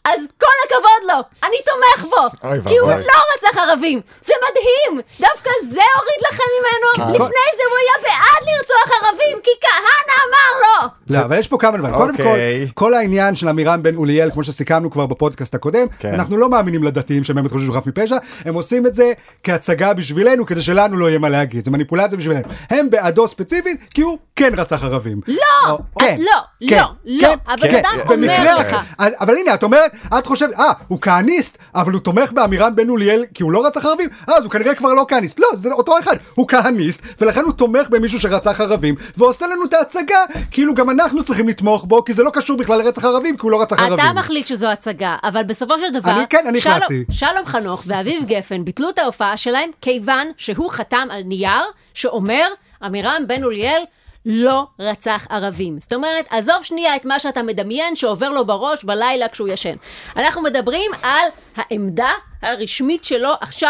B: אז כל הכבוד לו, אני תומך בו,
C: אוי
B: כי הוא
C: ואבוי.
B: לא רצח ערבים. זה מדהים, דווקא זה הוריד לכם
C: אה.
B: ממנו, לפני זה הוא היה בעד לרצוח ערבים, כי כהנא אמר לו.
A: לא, אבל יש פה כמה דברים. קודם כל,
C: אוקיי.
A: כל העניין של עמירם בן אוליאל, כמו שסיכמנו כבר בפודקאסט הקודם,
C: כן.
A: אנחנו לא מאמינים לדתיים שהם באמת חושבים שהוא חף מפשע, הם עושים את זה כהצגה בשבילנו, כדי שלנו לא יהיה מה להגיד, זה מניפולציה בשבילנו. הם בעדו ספציפית, כי הוא כן רצח ערבים.
B: לא,
A: כן,
B: לא,
A: כן,
B: לא, לא.
A: כן,
B: הבן
A: כן.
B: אדם
A: במקרה
B: אומר
A: אחר.
B: לך.
A: אז- אה, אבל הנה, את אומרת, את חושבת, אה, הוא כהניסט, אבל הוא תומך בעמירם בן אוליאל כי הוא לא רצח ערבים? אה, אז הוא כנראה כבר לא כהניסט. לא, זה אותו אחד, הוא כהניסט, ולכן הוא תומך במישהו שרצח ערבים, ועושה לנו את ההצגה, כאילו גם אנחנו צריכים לתמוך בו, כי זה לא קשור בכלל לרצח ערבים, כי הוא לא רצח ערבים.
B: אתה מחליט שזו הצגה, אבל בסופו של דבר,
A: אני- כן, אני
B: שלום-
A: החלטתי.
B: שלום חנוך ואביב גפן ביטלו את ההופעה שלהם כיוון שהוא חתם על נייר שאומר, עמירם בן אוליאל לא רצח ערבים. זאת אומרת, עזוב שנייה את מה שאתה מדמיין שעובר לו בראש בלילה כשהוא ישן. אנחנו מדברים על העמדה הרשמית שלו עכשיו.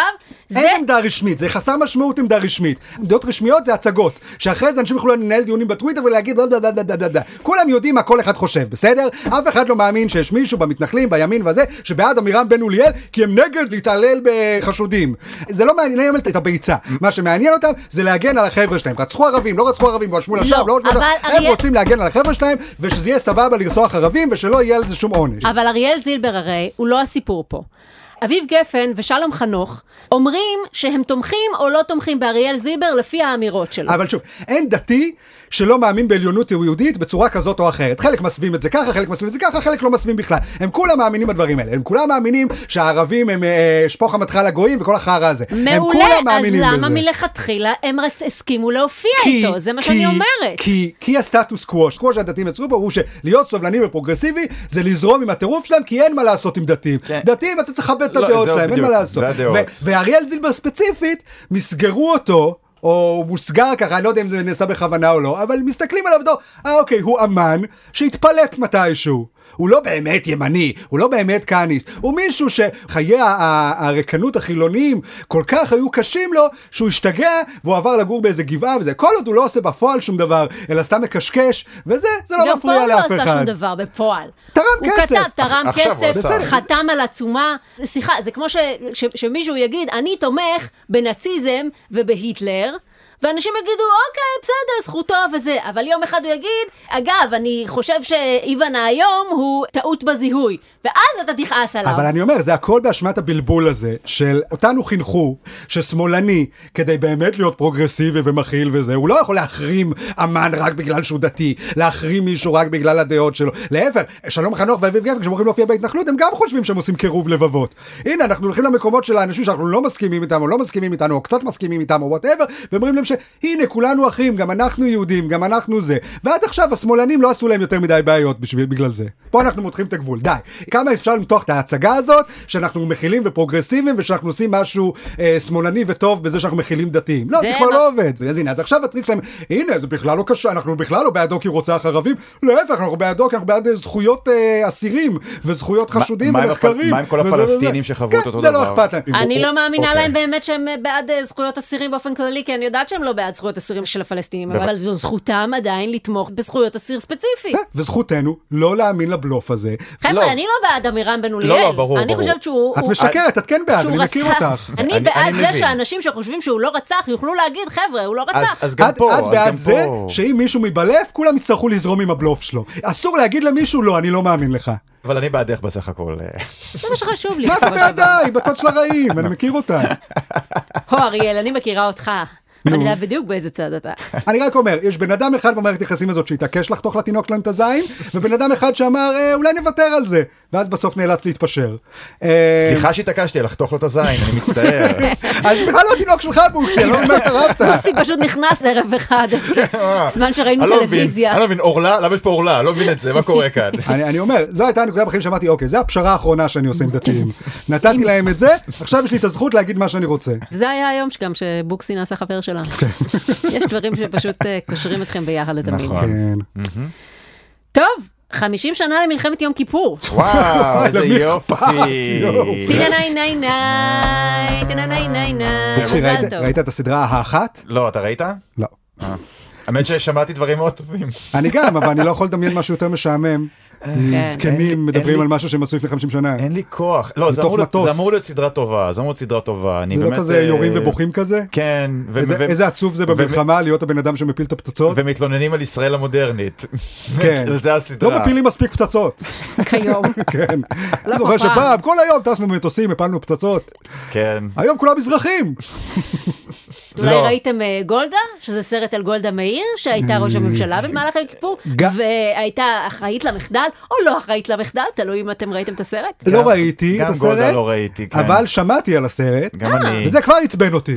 A: אין
B: זה
A: עמדה רשמית, זה חסר משמעות עמדה רשמית. דעות רשמיות זה הצגות, שאחרי זה אנשים יוכלו לנהל דיונים בטוויטר ולהגיד לא, לא, לא, לא, לא, לא, לא. כולם יודעים מה כל אחד חושב, בסדר? אף אחד לא מאמין שיש מישהו במתנחלים, בימין וזה, שבעד עמירם בן אוליאל, כי הם נגד להתעלל בחשודים. זה לא מעניין את הביצה. מה שמעניין אותם זה להגן על החבר'ה שלהם. רצחו ערבים, לא רצחו ערבים, הואשמו לשווא,
B: לא,
A: לא הואשמו לשווא.
B: אבל
A: הם
B: אריאל-
A: רוצים להגן על החבר'ה שלהם, ושזה יהיה סבבה לרצוח ערבים, ושלא יהיה על זה שום עונש.
B: אבל אריאל זילבר הרי הוא לא הסיפור פה. אביב גפן ושלום חנוך אומרים שהם תומכים או לא תומכים באריאל זילבר לפי האמירות שלו.
A: אבל שוב, אין דתי שלא מאמין בעליונות יהודית בצורה כזאת או אחרת. חלק מסווים את זה ככה, חלק מסווים את זה ככה, חלק לא מסווים בכלל. הם כולם מאמינים בדברים האלה. הם כולם מאמינים שהערבים הם אה, שפוך אמתך לגויים וכל החרא הזה. הם
B: מעולה,
A: כולם
B: אז
A: מאמינים
B: למה
A: בזה.
B: מלכתחילה הם רצ... הסכימו להופיע
A: כי-
B: איתו? זה מה
A: כי-
B: שאני אומרת.
A: כי, כי הסטטוס קוו, כמו שהדתיים יצרו בו, הוא שלהיות סובלני ופרוגרסיבי זה לזרום עם הטירוף שלהם, כי אין מה לעשות עם דתיים.
C: כן.
A: דתיים, אתה צריך לכבד את
C: לא,
A: הדעות
C: זהו,
A: שלהם, אין מה
C: בדיוק,
A: לעשות.
C: זה הדעות.
A: ו- ואריאל זילבר ספציפית, מסגרו אותו. או הוא מוסגר ככה, אני לא יודע אם זה נעשה בכוונה או לא, אבל מסתכלים עליו בתור, אה אוקיי, הוא אמן שהתפלט מתישהו. הוא לא באמת ימני, הוא לא באמת כהניסט, הוא מישהו שחיי ה- ה- הריקנות החילוניים כל כך היו קשים לו, שהוא השתגע והוא עבר לגור באיזה גבעה וזה. כל עוד הוא לא עושה בפועל שום דבר, אלא סתם מקשקש, וזה, זה לא
B: גם פה
A: מפריע
B: הוא לא
A: לאף אחד.
B: עשה שום דבר בפועל.
A: תרם
B: הוא
A: כסף.
B: כתב, תרם
C: עכשיו הוא
B: כסף,
C: עשה.
B: חתם על עצומה. סליחה, זה כמו ש, ש, שמישהו יגיד, אני תומך בנאציזם ובהיטלר. ואנשים יגידו, אוקיי, בסדר, זכותו וזה, אבל יום אחד הוא יגיד, אגב, אני חושב שאיוון היום הוא טעות בזיהוי, ואז אתה תכעס עליו.
A: אבל אני אומר, זה הכל באשמת הבלבול הזה, של אותנו חינכו, ששמאלני, כדי באמת להיות פרוגרסיבי ומכיל וזה, הוא לא יכול להחרים אמן רק בגלל שהוא דתי, להחרים מישהו רק בגלל הדעות שלו. להפך, שלום חנוך ואביב גפן, כשהם הולכים להופיע בהתנחלות, הם גם חושבים שהם עושים קירוב לבבות. הנה, אנחנו הולכים למקומות של האנשים שאנחנו לא מסכימים איתם, או לא מסכימים איתנו, או קצת מסכימים איתם, או וואטאבר, ואומרים להם שהנה, כולנו אחים, גם אנחנו יהודים, גם אנחנו זה. ועד עכשיו השמאלנים לא עשו להם יותר מדי בעיות בשביל, בגלל זה. פה אנחנו מותחים את הגבול, די. כמה אפשר למתוח את ההצגה הזאת, שאנחנו מכילים ופרוגרסיביים, ושאנחנו עושים משהו אה, שמאלני וטוב בזה שאנחנו מכילים דתיים. לא,
B: זה
A: זה כבר
B: מה-
A: לא עובד. אז הנה, אז עכשיו הטריק שלהם, הנה, זה בכלל לא קשה, אנחנו בכלל לא בעדו כי הוא רוצח ערבים, להפך, אנחנו בעדו כי אנחנו בעד אה, זכויות אה, אסירים, וזכויות חשודים
C: מה עם הפל-
A: ונחקרים.
C: מה עם כל
A: וזה-
C: הפלסטינים
A: וזה-
C: שחוו
A: כן,
C: את אותו
A: זה לא
C: דבר?
A: אכפת להם.
B: אני לא מאמינה
C: אוקיי.
B: להם באמת שהם אה, בעד אה, זכויות אסירים באופן כללי, כי אני יודעת שהם לא בעד זכויות אסירים של הפלסטינים,
C: בוודאי.
B: אבל זו זכותם עדיין לתמוך בזכויות אסיר ספציפי.
A: כן, וזכותנו לא להאמין לבלוף הזה.
C: לא.
B: חבר'ה, אני לא בעד עמירם בן אוליאל.
C: לא, לא, ברור,
B: אני
C: ברור.
B: חושבת שהוא...
A: את
B: הוא-
A: משקרת, את כן בעד,
B: שהוא
A: אני מכיר
B: רצח.
A: אותך.
B: אני
C: אני-
B: בעד
C: אני
B: זה
C: מבין.
B: שאנשים שחושבים שהוא לא רצח, יוכלו להגיד, חבר'ה, הוא לא
C: אז-
B: רצח.
C: אז גם
A: את-
C: פה,
A: את
C: אז
A: בעד
C: גם
A: זה
C: פה.
A: שאם מישהו מבלף, כולם יצטרכו לזרום עם הבלוף שלו. אסור להגיד למישהו, לא, אני לא מאמין
B: (laughs)
A: לך.
C: אבל אני בעדך בסך הכל. אה.
B: זה מה שחשוב לי.
A: מה אתה
B: בסופו של דבר.
A: בעדה? היא בצד של הרעים, אני מכיר אותה.
B: הו, אריאל, אני מכירה אותך. אני יודעת בדיוק באיזה צד
C: (laughs)
B: אתה.
A: אני רק אומר, יש בן אדם אחד במערכת היחסים הזאת שהתעקש לחתוך לתינוק שלהם את הזין, ובן אדם אחד שאמר, "אה, אולי נוותר על זה, ואז בסוף נאלץ להתפשר. אה,
C: סליחה שהתעקשתי לחתוך לו את הזין,
B: (laughs)
C: אני מצטער.
A: אז זה בכלל לא התינוק שלך, בוקסי, אני לא מבין מה קרבת.
B: יוסי פשוט נכנס ערב אחד, זמן שראינו
C: אני לא מבין,
B: טלוויזיה.
C: אני לא מבין, אורלה? למה יש פה אורלה? אני לא מבין את זה, מה קורה
A: (laughs)
C: כאן?
A: אני, אני אומר, זו הייתה הנקודה בחיים שאמרתי, אוקיי, זו הפשרה האחרונה שאני עושה עם דתיים. נתתי להם את זה, עכשיו יש לי את הזכות להגיד מה שאני רוצה.
B: זה היה היום שגם שבוקסי נעשה חבר
A: (laughs)
B: שלנו. יש דברים שפשוט אה, קושרים אתכם ביחד לתמיד.
C: נכון.
A: כן.
B: טוב, 50 שנה למלחמת יום
A: (laughs)
B: כיפור.
C: וואו, איזה
A: למי
C: יופי.
A: יואו.
B: תנאי נאי נאי, תנאי נאי נאי,
A: בוקסי, ראית-
B: אה, מזל טוב.
A: ראית את הסדרה האחת?
C: לא, אתה ראית?
A: לא.
C: האמת ששמעתי דברים מאוד טובים.
A: אני גם, אבל אני לא יכול לדמיין משהו יותר משעמם. זקנים
C: אה, כן. אין
A: מדברים
C: לי-
A: על משהו שהם עשו לפני 50 שנה.
C: אין לי כוח. לא, זה
A: מתוך
C: אמור להיות-
A: מטוס.
C: זה אמור להיות סדרה טובה, זה אמור להיות סדרה טובה. אני
A: זה לא
C: באמת,
A: כזה
C: אה,
A: יורים ובוכים כזה?
C: כן. ו-
A: איזה-
C: ו-
A: איזה עצוב זה
C: ו-
A: במלחמה להיות הבן אדם שמפיל את הפצצות?
C: ומתלוננים על ישראל המודרנית. (laughs)
A: כן.
C: זה
A: לא
C: הסדרה.
A: מפילים מספיק
C: (laughs)
A: פצצות.
B: (laughs)
A: (laughs)
B: כיום.
A: כן.
B: לא
A: אני זוכר
B: כמו פעם.
A: שפעם, כל היום טסנו במטוסים, הפלנו פצצות.
C: כן.
A: היום כולם מזרחים.
B: אולי
C: לא.
B: ראיתם אה, גולדה, שזה סרט על גולדה מאיר, שהייתה ראש הממשלה במהלך יום כיפור,
A: Mm. ג-
B: והייתה אחראית למחדל, או לא אחראית למחדל, תלוי אם אתם ראיתם את הסרט.
A: לא
C: גם-
A: ראיתי את
C: גם גולדה
A: הסרט,
C: לא ראיתי, כן.
A: אבל שמעתי על הסרט,
C: גם אני.
A: וזה כבר עצבן אותי.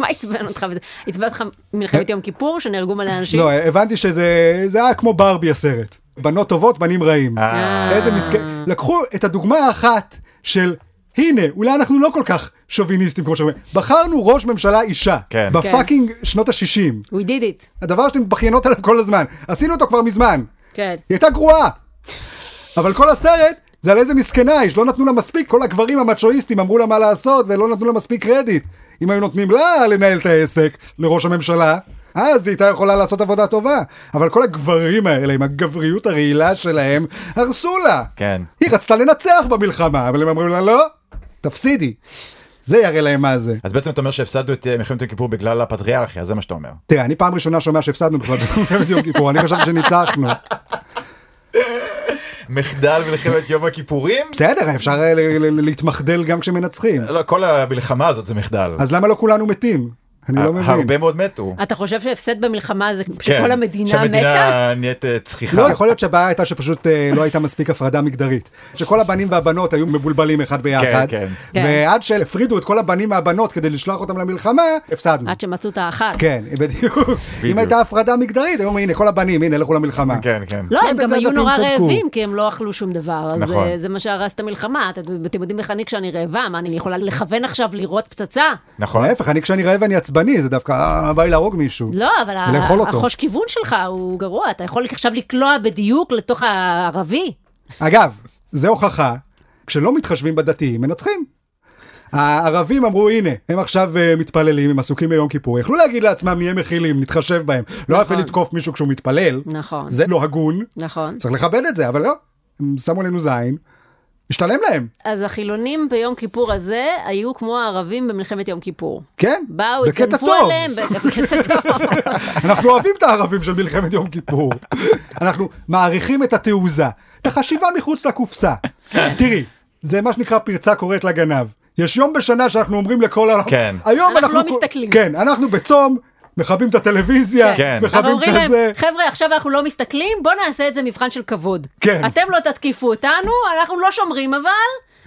B: מה עצבן אותך בזה? עצבן אותך מלחמת יום כיפור, שנהרגו מלא אנשים?
A: אה? לא, הבנתי שזה זה היה כמו ברבי הסרט. בנות טובות, בנים רעים.
B: כן.
C: אה,
A: איזה מסכן. לקחו את הדוגמה האחת של... הנה, אולי אנחנו לא כל כך שוביניסטים כמו שאומרים. בחרנו ראש ממשלה אישה,
C: כן.
A: בפאקינג שנות ה-60.
B: We did it.
A: הדבר שאתם מתבכיינות עליו כל הזמן. עשינו אותו כבר מזמן.
B: כן.
A: היא הייתה גרועה. אבל כל הסרט זה על איזה מסכנה איש, לא נתנו לה מספיק, כל הגברים המצ'ואיסטים אמרו לה מה לעשות ולא נתנו לה מספיק קרדיט. אם היו נותנים לה לנהל את העסק, לראש הממשלה, אז היא הייתה יכולה לעשות עבודה טובה. אבל כל הגברים האלה עם הגבריות הרעילה שלהם, הרסו לה.
C: כן.
A: היא רצתה לנצח במלחמה, אבל הם אמרו לה לא, תפסידי. זה יראה להם מה זה.
C: אז בעצם אתה אומר שהפסדנו את אה, מלחמת יום כיפור בגלל הפטריארכיה, זה מה שאתה אומר.
A: תראה, אני פעם ראשונה שומע שהפסדנו (laughs) בכלל במלחמת יום כיפור, אני חשבתי שניצחנו.
C: מחדל מלחמת יום הכיפורים?
A: בסדר, אפשר אה, ל- ל- להתמחדל גם כשמנצחים.
C: לא, כל המלחמה הזאת זה מחדל.
A: אז למה לא כולנו מתים? אני לא
C: הר-
A: מבין.
C: הרבה מאוד מתו.
B: אתה חושב שהפסד במלחמה זה
C: כן,
B: שכל המדינה מתה?
C: שהמדינה נהיית אה, צחיחה.
A: לא, יכול להיות שהבעיה הייתה שפשוט אה, לא הייתה מספיק הפרדה מגדרית. שכל הבנים והבנות היו מבולבלים אחד ביחד.
C: כן,
B: כן.
A: ועד שהפרידו את כל הבנים מהבנות כדי לשלוח אותם למלחמה, הפסדנו.
B: עד שמצאו את האחת.
A: כן, בדיוק. אם הייתה הפרדה מגדרית, היו אומרים, הנה, כל הבנים, הנה, לכו למלחמה.
C: כן, כן.
B: לא,
A: מה
B: הם
A: בצד
B: גם היו
A: הדתיים
B: נורא
A: צדקו?
B: רעבים, כי הם לא אכלו שום דבר. אז
C: נכון.
B: אה, זה מה שהרס את המלחמה. אתם- אתם יודעים איך אני כשאני רעבה, מה, אני יכולה לכוון עכשיו לירות פצצה?
C: נכון.
A: להפך, אני כשאני רעב אני עצבני, זה דווקא, אה, בא לי להרוג מישהו.
B: לא, אבל ה-
A: ולאכול אותו.
B: החוש כיוון שלך הוא גרוע. אתה יכול עכשיו לקלוע בדיוק לתוך הערבי.
A: אגב, זה הוכחה, כשלא מתחשבים בדתיים, מנצחים. הערבים אמרו הנה הם עכשיו אה, מתפללים הם עסוקים ביום כיפור יכלו להגיד לעצמם נהיה מכילים נתחשב בהם לא יפה
B: נכון.
A: לתקוף מישהו כשהוא מתפלל
B: נכון.
A: זה לא הגון
B: נכון.
A: צריך לכבד את זה אבל לא הם שמו עלינו זין משתלם להם,
B: אז החילונים ביום כיפור הזה היו כמו הערבים במלחמת יום כיפור.
A: כן?
B: באו,
A: בקטע
B: התגנבו
A: טוב.
B: עליהם, ב- בקטע טוב.
A: אנחנו אוהבים את הערבים של מלחמת יום כיפור. אנחנו מעריכים את התעוזה, את החשיבה מחוץ לקופסה. תראי, זה מה שנקרא פרצה קוראת לגנב. יש יום בשנה שאנחנו אומרים לכל העולם,
C: כן.
A: היום
B: אנחנו לא
A: כל-
B: מסתכלים.
A: כן, אנחנו בצום, מכבים את הטלוויזיה,
C: כן.
B: אבל
A: מכבים
B: אומרים
A: את
B: להם,
A: הזה.
B: חבר'ה, עכשיו אנחנו לא מסתכלים, בואו נעשה את זה מבחן של כבוד.
A: כן.
B: אתם לא תתקיפו אותנו, אנחנו לא שומרים אבל,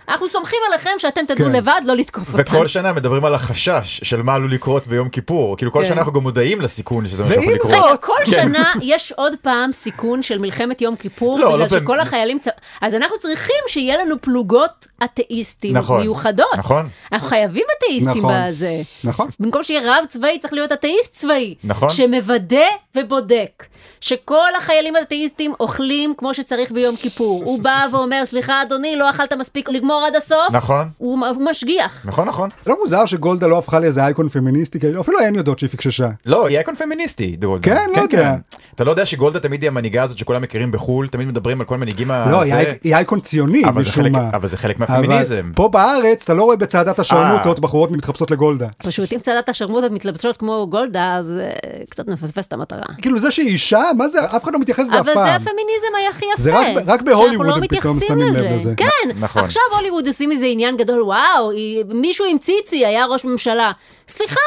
B: אנחנו סומכים עליכם שאתם תדעו
A: כן.
B: לבד לא לתקוף אותנו.
C: וכל שנה מדברים על החשש של מה עלול לקרות ביום כיפור. כאילו כל
B: כן.
C: שנה אנחנו גם מודעים לסיכון שזה מה שיכול
A: ועם
C: לקרות.
A: זאת-
B: רגע, כל שנה יש עוד פעם סיכון של מלחמת יום כיפור,
C: לא,
B: בגלל
C: לא
B: שכל
C: באמת.
B: החיילים... צ- אז אנחנו צריכים שיהיה לנו פלוגות אתאיסטים
C: נכון.
B: כאילו, מיוחדות.
C: נכון.
B: אנחנו חייבים אתאיסטים
A: נכון.
B: בזה.
A: נכון.
B: במקום שיהיה רב צבאי צריך להיות אתאיסט צבאי.
C: נכון.
B: שמוודא ובודק שכל החיילים האתאיסטים אוכלים כמו שצריך ביום כיפור. הוא בא ואומר, סליחה אדוני, לא אכלת מספיק לגמור עד הסוף.
C: נכון.
B: הוא מ- הוא משגיח.
C: נכון נכון
A: לא מוזר שגולדה לא הפכה לאיזה אייקון פמיניסטי, כאילו, אפילו הן יודעות שהיא פיקששה.
C: לא היא אייקון פמיניסטי גולדה.
A: כן, לא יודע.
C: אתה לא יודע שגולדה תמיד היא המנהיגה הזאת שכולם מכירים בחול תמיד מדברים על כל מנהיגים
A: לא, היא אייק- היא אייקון ציוני,
C: אה, אבל זה
A: משום
C: חלק-
A: מה.
C: אבל זה חלק
A: אבל
C: מהפמיניזם.
A: פה בארץ אתה לא רואה בצעדת השרמוטות
C: אה.
A: בחורות מתחפשות לגולדה.
B: פשוט אם צעדת השרמוטות מתלבשות כמו גולדה, אז אה, קצת מפספס את המטרה.
A: כאילו זה שהיא אישה, מה זה, אף אחד לא מתייחס לזה אף
B: אבל
A: פעם.
B: זה הפמיניזם הכי יפה.
A: זה רק- רק בהוליווד
B: שאנחנו
A: הם
B: לא
A: פתאום
B: מתייחסים
A: שמים לב לזה.
B: כן,
C: נ- נכון.
B: עכשיו הוליווד עושים איזה עניין גדול, וואו, היא- מישהו עם ציצי היה ראש ממשלה. סליחה,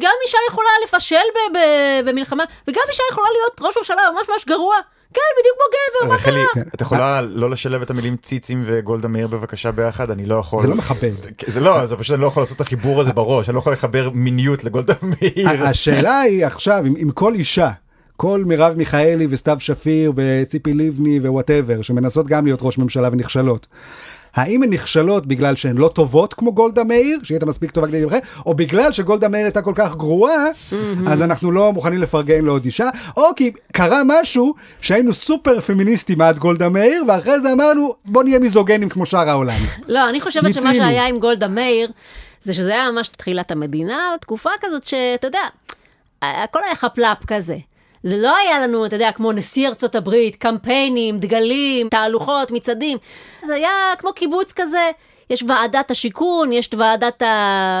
B: גם אישה יכולה לפשל ב- ב- במלחמה, וגם אישה יכולה להיות ראש ממשלה ממש ממש גרוע. כן, בדיוק כמו גבר, מה
C: רחלי,
A: כן.
B: קרה?
C: את יכולה לא לשלב את המילים ציצים וגולדה מאיר בבקשה ביחד? אני לא יכול.
A: זה לא מכבד.
C: זה לא, זה פשוט אני לא יכול לעשות את החיבור הזה בראש, אני לא יכול לחבר מיניות לגולדה מאיר.
A: ה- השאלה היא עכשיו, אם, אם כל אישה, כל מרב מיכאלי וסתיו שפיר וציפי לבני ווואטאבר, שמנסות גם להיות ראש ממשלה ונכשלות, האם הן נכשלות בגלל שהן לא טובות כמו גולדה מאיר, שהיא הייתה מספיק טובה כדי להיבחר, או בגלל שגולדה מאיר הייתה כל כך גרועה, אז אנחנו לא מוכנים לפרגן לעוד אישה, או כי קרה משהו שהיינו סופר פמיניסטים עד גולדה מאיר, ואחרי זה אמרנו, בוא נהיה מיזוגנים כמו שאר העולם.
B: לא, אני חושבת שמה
A: מיצינו.
B: שהיה עם גולדה מאיר, זה שזה היה ממש תחילת המדינה, תקופה כזאת שאתה יודע, הכל היה חפלאפ כזה. זה לא היה לנו, אתה יודע, כמו נשיא ארצות הברית, קמפיינים, דגלים, תהלוכות, מצעדים. זה היה כמו קיבוץ כזה. יש ועדת השיכון, יש את ועדת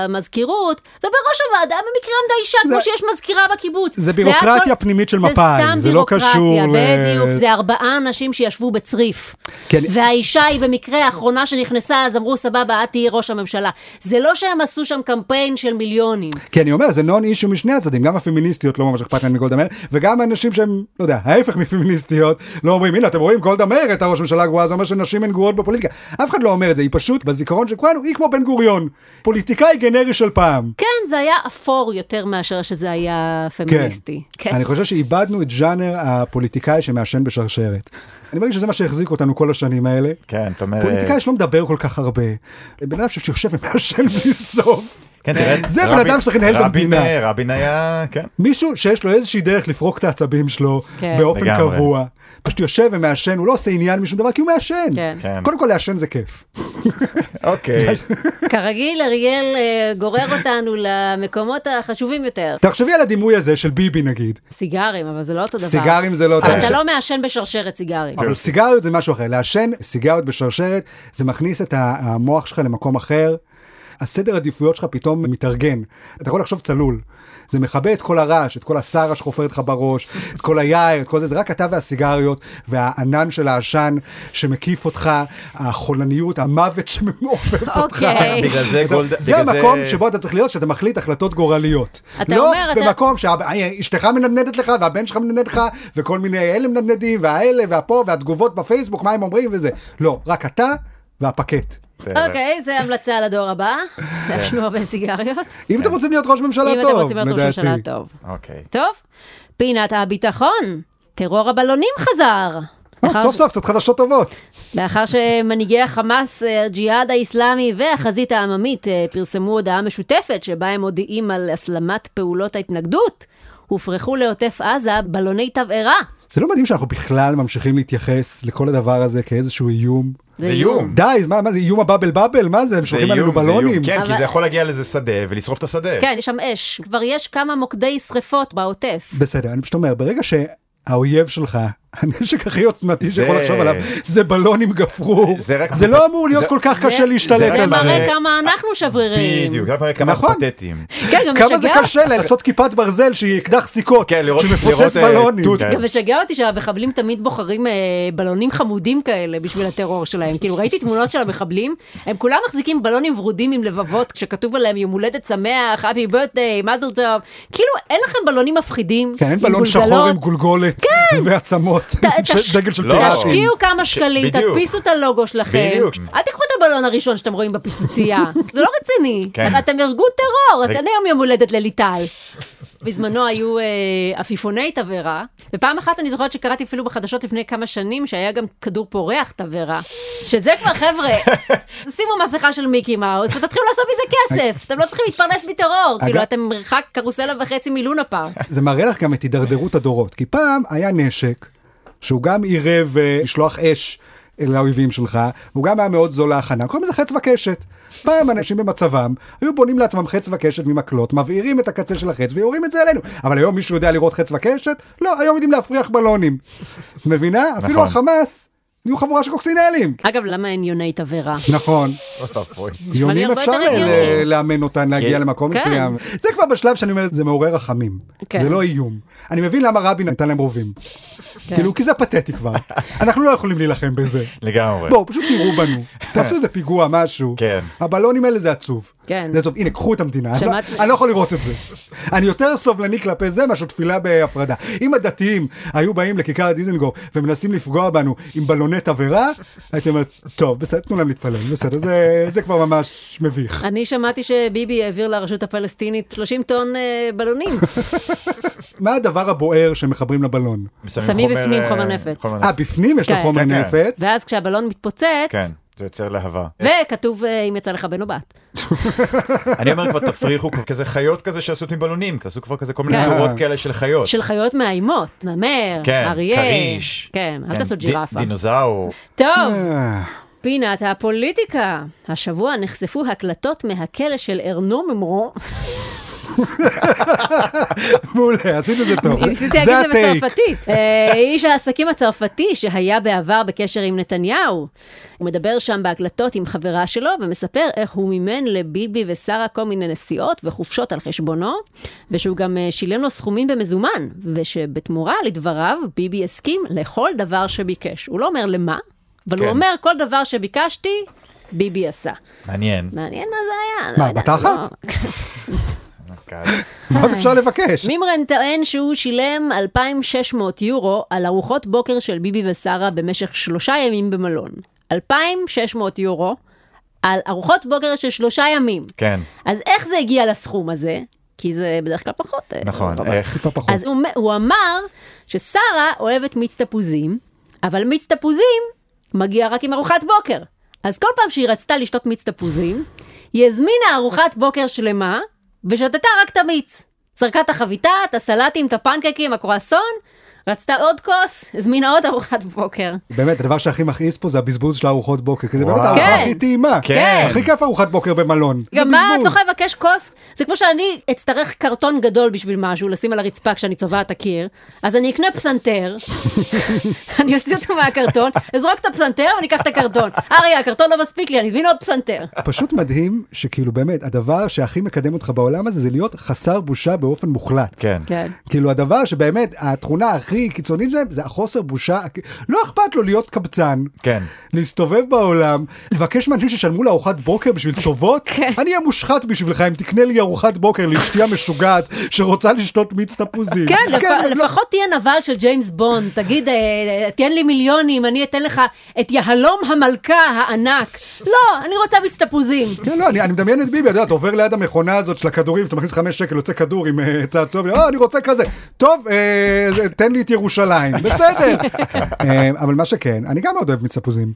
B: המזכירות, ובראש הוועדה במקרה עמדה אישה כמו שיש מזכירה בקיבוץ.
A: זה
B: היה
A: בירוקרטיה
B: הכל-
A: פנימית של מפאי,
B: סתם
A: זה לא קשור אה, ל-
B: בירוקרטיה, בדיוק, זה ארבעה אנשים שישבו בצריף.
A: כן.
B: והאישה היא במקרה האחרונה שנכנסה, אז אמרו סבבה, את תהיי ראש הממשלה. זה לא שהם עשו שם קמפיין של מיליונים.
A: כי אני אומר, זה נון אישו משני הצדדים, גם הפמיניסטיות לא ממש אכפת להן מגולדה מאיר, וגם אנשים שהם, לא יודע, ההפך מפמיניסטיות, לא אומרים, הנה, אתם רואים, גולדה מאיר הייתה ראש ממשלה גרועה, זה אומר שנשים הן גרועות בפוליטיקה. אף אחד לא אומר את זה, היא פשוט, בזיכרון של כולנו, היא כמו בן גוריון, פוליטיקאי גנרי של פעם.
B: כן, זה היה אפור יותר מאשר שזה היה פמיניסטי. כן.
A: אני חושב שאיבדנו את ז'אנר הפוליטיקאי שמעשן בשרשרת. אני מרגיש שזה מה שהחזיק אותנו כל השנים האלה.
C: כן, אתה אומר...
A: פוליטיקאי שלא מדבר כל כך הרבה. בן אדם שיושב ומעשן (laughs) בלי סוף.
C: כן, תראה,
A: זה בן
C: רבין-
A: אדם שצריך לנהל את
C: רבין,
A: המדינה.
C: אה, רבין היה... כן.
A: מישהו שיש לו איזושהי דרך לפרוק את העצבים שלו
B: כן.
A: באופן
C: לגמרי.
A: קבוע. פשוט יושב ומעשן, הוא לא עושה עניין משום דבר כי הוא מעשן.
B: כן.
C: כן.
A: קודם כל לעשן זה כיף. (laughs)
C: אוקיי.
B: כן, כרגיל, אריאל אה, גורר אותנו למקומות החשובים יותר.
A: תחשבי על הדימוי הזה של ביבי נגיד.
B: סיגרים, אבל זה לא אותו דבר.
A: סיגרים זה לא... אותו
B: אבל
A: דבר.
B: אתה לא מעשן בשרשרת סיגרים.
A: אבל סיגריות זה משהו אחר. לעשן סיגריות בשרשרת, זה מכניס את ה- המוח שלך למקום אחר. הסדר עדיפויות שלך פתאום מתארגן. אתה יכול לחשוב צלול. זה מכבה את כל הרעש, את כל הסערה שחופרת לך בראש, את כל היער, את כל זה, זה רק אתה והסיגריות, והענן של העשן שמקיף אותך, החולניות, המוות שמעופף אותך.
B: אוקיי.
C: בגלל זה גולדה...
A: זה
C: בגלל
A: המקום שבו אתה צריך להיות כשאתה מחליט החלטות גורליות.
B: אתה
A: לא
B: אומר, אתה-
A: במקום שאשתך מנדנדת לך והבן שלך מנדנד לך וכל מיני אלה מנדנדים והאלה והפה והתגובות בפייסבוק מה הם אומרים וזה. לא, רק אתה והפקט.
B: אוקיי, זה המלצה לדור הבא.
A: כן.
B: תעשנו הרבה סיגריות.
A: אם אתם רוצים להיות ראש ממשלה
B: כן. אם אתם
A: טוב,
B: רוצים להיות ראש ממשלה
A: לדעתי.
B: טוב.
C: אוקיי.
B: טוב, פינת הביטחון, טרור הבלונים חזר.
A: אה, סוף סוף קצת חדשות טובות.
B: לאחר שמנהיגי החמאס, אה, הג'יהאד האיסלאמי והחזית העממית אה, פרסמו הודעה משותפת שבה הם מודיעים על הסלמת פעולות ההתנגדות, הופרחו לעוטף עזה בלוני תבערה.
A: זה לא מדהים שאנחנו בכלל ממשיכים להתייחס לכל הדבר הזה כאיזשהו איום.
C: זה איום.
A: די, מה מה זה איום הבאבל באבל? מה זה, הם
C: זה
A: שולחים עלינו
C: איום, זה
A: בלונים?
C: איום. כן,
B: אבל-
C: כי זה יכול להגיע לאיזה שדה ולשרוף את השדה.
B: כן, יש שם אש. כבר יש כמה מוקדי שריפות בעוטף.
A: בסדר, אני פשוט אומר, ברגע שהאויב שלך הנשק הכי עוצמתי
C: זה-
A: שיכול לחשוב עליו זה בלון עם גפרור.
C: זה רק-
A: זה לא אמור להיות
C: זה-
A: כל כך קשה
B: זה-
A: להשתלט
C: זה
A: על
B: זה
A: זה.
B: מראה כמה אנחנו שבריריים.
C: בדיוק, רק מראה כמה
A: נכון. (laughs)
C: פתטיים.
B: כן, גם
A: כמה זה
B: משגע
A: קשה לעשות כיפת ברזל שהיא אקדח סיכות,
C: כן, לראות-
A: שמפוצץ
C: לראות, אה,
A: בלונים.
C: תות.
B: גם משגע אותי שהמחבלים תמיד בוחרים אה, בלונים חמודים כאלה בשביל הטרור שלהם. כאילו, ראיתי תמונות של המחבלים, הם כולם מחזיקים בלונים ורודים עם לבבות, כשכתוב עליהם יום הולדת שמח, happy birthday, מזל טוב. כאילו, אין לכם בלונים מפחידים.
A: כן, אין
B: עם
A: בלון שחור
B: גולגלות?
A: עם גולגולת ועצמות.
B: ת-
A: ש- דגל של
C: לא.
A: פיראטים.
B: תשקיעו כמה שקלים,
C: בדיוק.
B: תדפיסו את הלוגו שלכם.
C: בדיוק.
B: אל תיקחו את הבלון הראשון שאתם רואים
C: (laughs)
B: בפיצוצייה. זה לא רציני.
C: כן.
B: אתם ארגון טרור,
C: רגע.
B: אתם היום יום הולדת לליטל. בזמנו היו אה, עפיפוני תבערה, ופעם אחת אני זוכרת שקראתי אפילו בחדשות לפני כמה שנים שהיה גם כדור פורח תבערה, שזה כבר חבר'ה,
C: (laughs)
B: שימו מסכה של מיקי מאוס ותתחילו לעשות מזה כסף, אתם לא צריכים להתפרנס מטרור, כאילו אתם מרחק קרוסלה וחצי מלונה פארק.
A: זה מראה לך גם את הידרדרות הדורות, כי פעם היה נשק שהוא גם עירב אה, לשלוח אש. לאויבים שלך, הוא גם היה מאוד זול להכנה, קוראים לזה חץ וקשת. פעם אנשים במצבם היו בונים לעצמם חץ וקשת ממקלות, מבעירים את הקצה של החץ ויורים את זה אלינו. אבל היום מישהו יודע לראות חץ וקשת? לא, היום יודעים להפריח בלונים. מבינה? אפילו
C: נכון.
A: החמאס נהיו חבורה של קוקסינלים.
B: אגב, למה אין יוני תבערה?
A: נכון.
C: אוי,
B: לי
A: יונים
B: הרבה
A: אפשר
B: יותר
A: ל-
B: הגיוני.
A: ל- לאמן אותן להגיע
C: כן.
A: למקום
B: כן.
A: מסוים. זה כבר בשלב שאני אומר, זה מעורר רחמים.
B: כן.
A: זה לא איום. אני מבין למה רבין נתן להם רובים.
B: כן.
A: כאילו, כי זה פתטי
B: (laughs)
A: כבר. אנחנו לא יכולים להילחם בזה.
C: לגמרי.
A: בואו, פשוט תראו
C: (laughs)
A: בנו, תעשו איזה פיגוע, משהו.
C: כן.
A: הבלונים האלה זה עצוב.
B: כן.
A: זה עצוב, הנה, קחו את המדינה, אני לא-
B: שמעת-
A: אני לא יכול לראות את זה. אני יותר סובלני כלפי זה מאשר תפילה בהפרדה. אם הדתיים היו באים לכיכר דיזנגוף ומנסים לפגוע בנו עם בלוני תבערה, הייתי אומר, טוב, בסדר, תנו להם להתפלל, בסדר, זה- זה כבר ממש מביך.
B: אני שמעתי שביבי העביר לרשות הפלסטינית 30 טון אה,
C: (laughs)
B: בלונים.
A: מה הדבר הבוער שמחברים לבלון?
B: שמים
C: חומר,
B: בפנים
C: אה,
B: חומר נפץ.
A: אה, בפנים יש לו
B: כן.
A: חומר
C: כן, כן.
A: נפץ.
B: ואז כשהבלון מתפוצץ,
C: כן, זה יוצר להבה. (laughs)
B: וכתוב אה, אם יצא לך בן או בת.
C: אני אומר כבר תפריחו כבר כזה חיות כזה שעשויות מבלונים, תעשו כבר כזה כל מיני
B: כן.
C: צורות כאלה של חיות.
B: של חיות מאיימות, נמר,
C: כן,
B: אריה.
C: כריש.
B: כן, אל
C: כן,
B: תעשו
C: ד-
B: ג'ירפה.
C: דינוזאור.
B: טוב,
A: אה,
B: פינת הפוליטיקה. השבוע נחשפו הקלטות מהכלא של ארנו ממרו.
A: מעולה, עשית את זה טוב.
B: ניסיתי להגיד את זה בצרפתית. אה, איש העסקים הצרפתי שהיה בעבר בקשר עם נתניהו. הוא מדבר שם בהקלטות עם חברה שלו ומספר איך הוא מימן לביבי ושרה כל מיני נסיעות וחופשות על חשבונו, ושהוא גם אה, שילם לו סכומים במזומן, ושבתמורה לדבריו ביבי הסכים לכל דבר שביקש. הוא לא אומר למה, אבל הוא
C: כן.
B: אומר כל דבר שביקשתי, ביבי עשה.
C: מעניין.
B: מעניין מה זה היה. לא
A: מה,
B: יודעת,
A: בתחת?
B: לא. נכון.
C: כן,
A: מה עוד אפשר לבקש?
B: מימרן טוען שהוא שילם 2,600 יורו על ארוחות בוקר של ביבי ושרה במשך שלושה ימים במלון. 2,600 יורו על ארוחות בוקר של שלושה ימים.
C: כן,
B: אז איך זה הגיע לסכום הזה? כי זה בדרך כלל פחות. אה,
A: (laughs)
C: נכון,
B: אבל-
C: איך?
A: טיפה פחות.
B: אז הוא, הוא אמר ששרה אוהבת מיץ תפוזים, אבל מיץ תפוזים מגיע רק עם ארוחת בוקר. אז כל פעם שהיא רצתה לשתות מיץ תפוזים, היא הזמינה ארוחת בוקר שלמה, ושתתה רק את המיץ. זרקה את החביתה, את הסלטים, את הפנקקים, הקרואסון, רצתה עוד כוס, הזמינה עוד ארוחת בוקר.
A: באמת, הדבר שהכי מכעיס פה זה הבזבוז של הארוחות בוקר, כי זה באמת
C: וואו.
A: הארוחה
B: כן.
A: הכי טעימה.
C: כן.
A: הכי כיף ארוחת בוקר במלון. זה
B: גם מה את
A: בזבוז.
B: לא יכולה לבקש כוס? זה כמו שאני אצטרך קרטון גדול בשביל משהו לשים על הרצפה כשאני צובעת את הקיר, אז אני אקנה פסנתר, אני אוציא אותו מהקרטון, אזרוק את הפסנתר ואני אקח את הקרטון. אה רגע, הקרטון לא מספיק לי, אני אזמין עוד פסנתר.
A: פשוט מדהים שכאילו באמת, הדבר שהכי מקדם אותך בעולם הזה זה להיות חסר בושה באופן מוחלט.
C: כן.
B: כן.
A: כאילו הדבר שבאמת, התכונה הכי קיצונית שלהם זה החוסר בושה, לא אכפת לו להיות קבצן.
C: כן.
A: להסתובב בעולם, לבקש מאנשים שישלמו לארוחת בוקר בשביל טובות,
B: כן.
A: אני אהיה מושחת בשבילך אם תקנה לי ארוחת בוקר לאשתי המשוגעת שרוצה לשתות מיץ תפוזים.
B: כן, לפ-
A: לא-
B: לפחות תהיה נבל של ג'יימס בונד, תגיד, אה, אה, תן לי מיליונים, אני אתן לך את יהלום המלכה הענק. לא, אני רוצה מיץ תפוזים.
A: כן, לא, אני, אני מדמיין את ביבי, את יודעת, עובר ליד המכונה הזאת של הכדורים, שאתה מכניס חמש שקל, יוצא כדור עם אה, צעצוע, אה, אני רוצה כזה. טוב, אה, זה- תן לי את ירושלים, בסדר. אה, אבל מה שכן, אני גם מאוד אוהב מיץ תפוזים.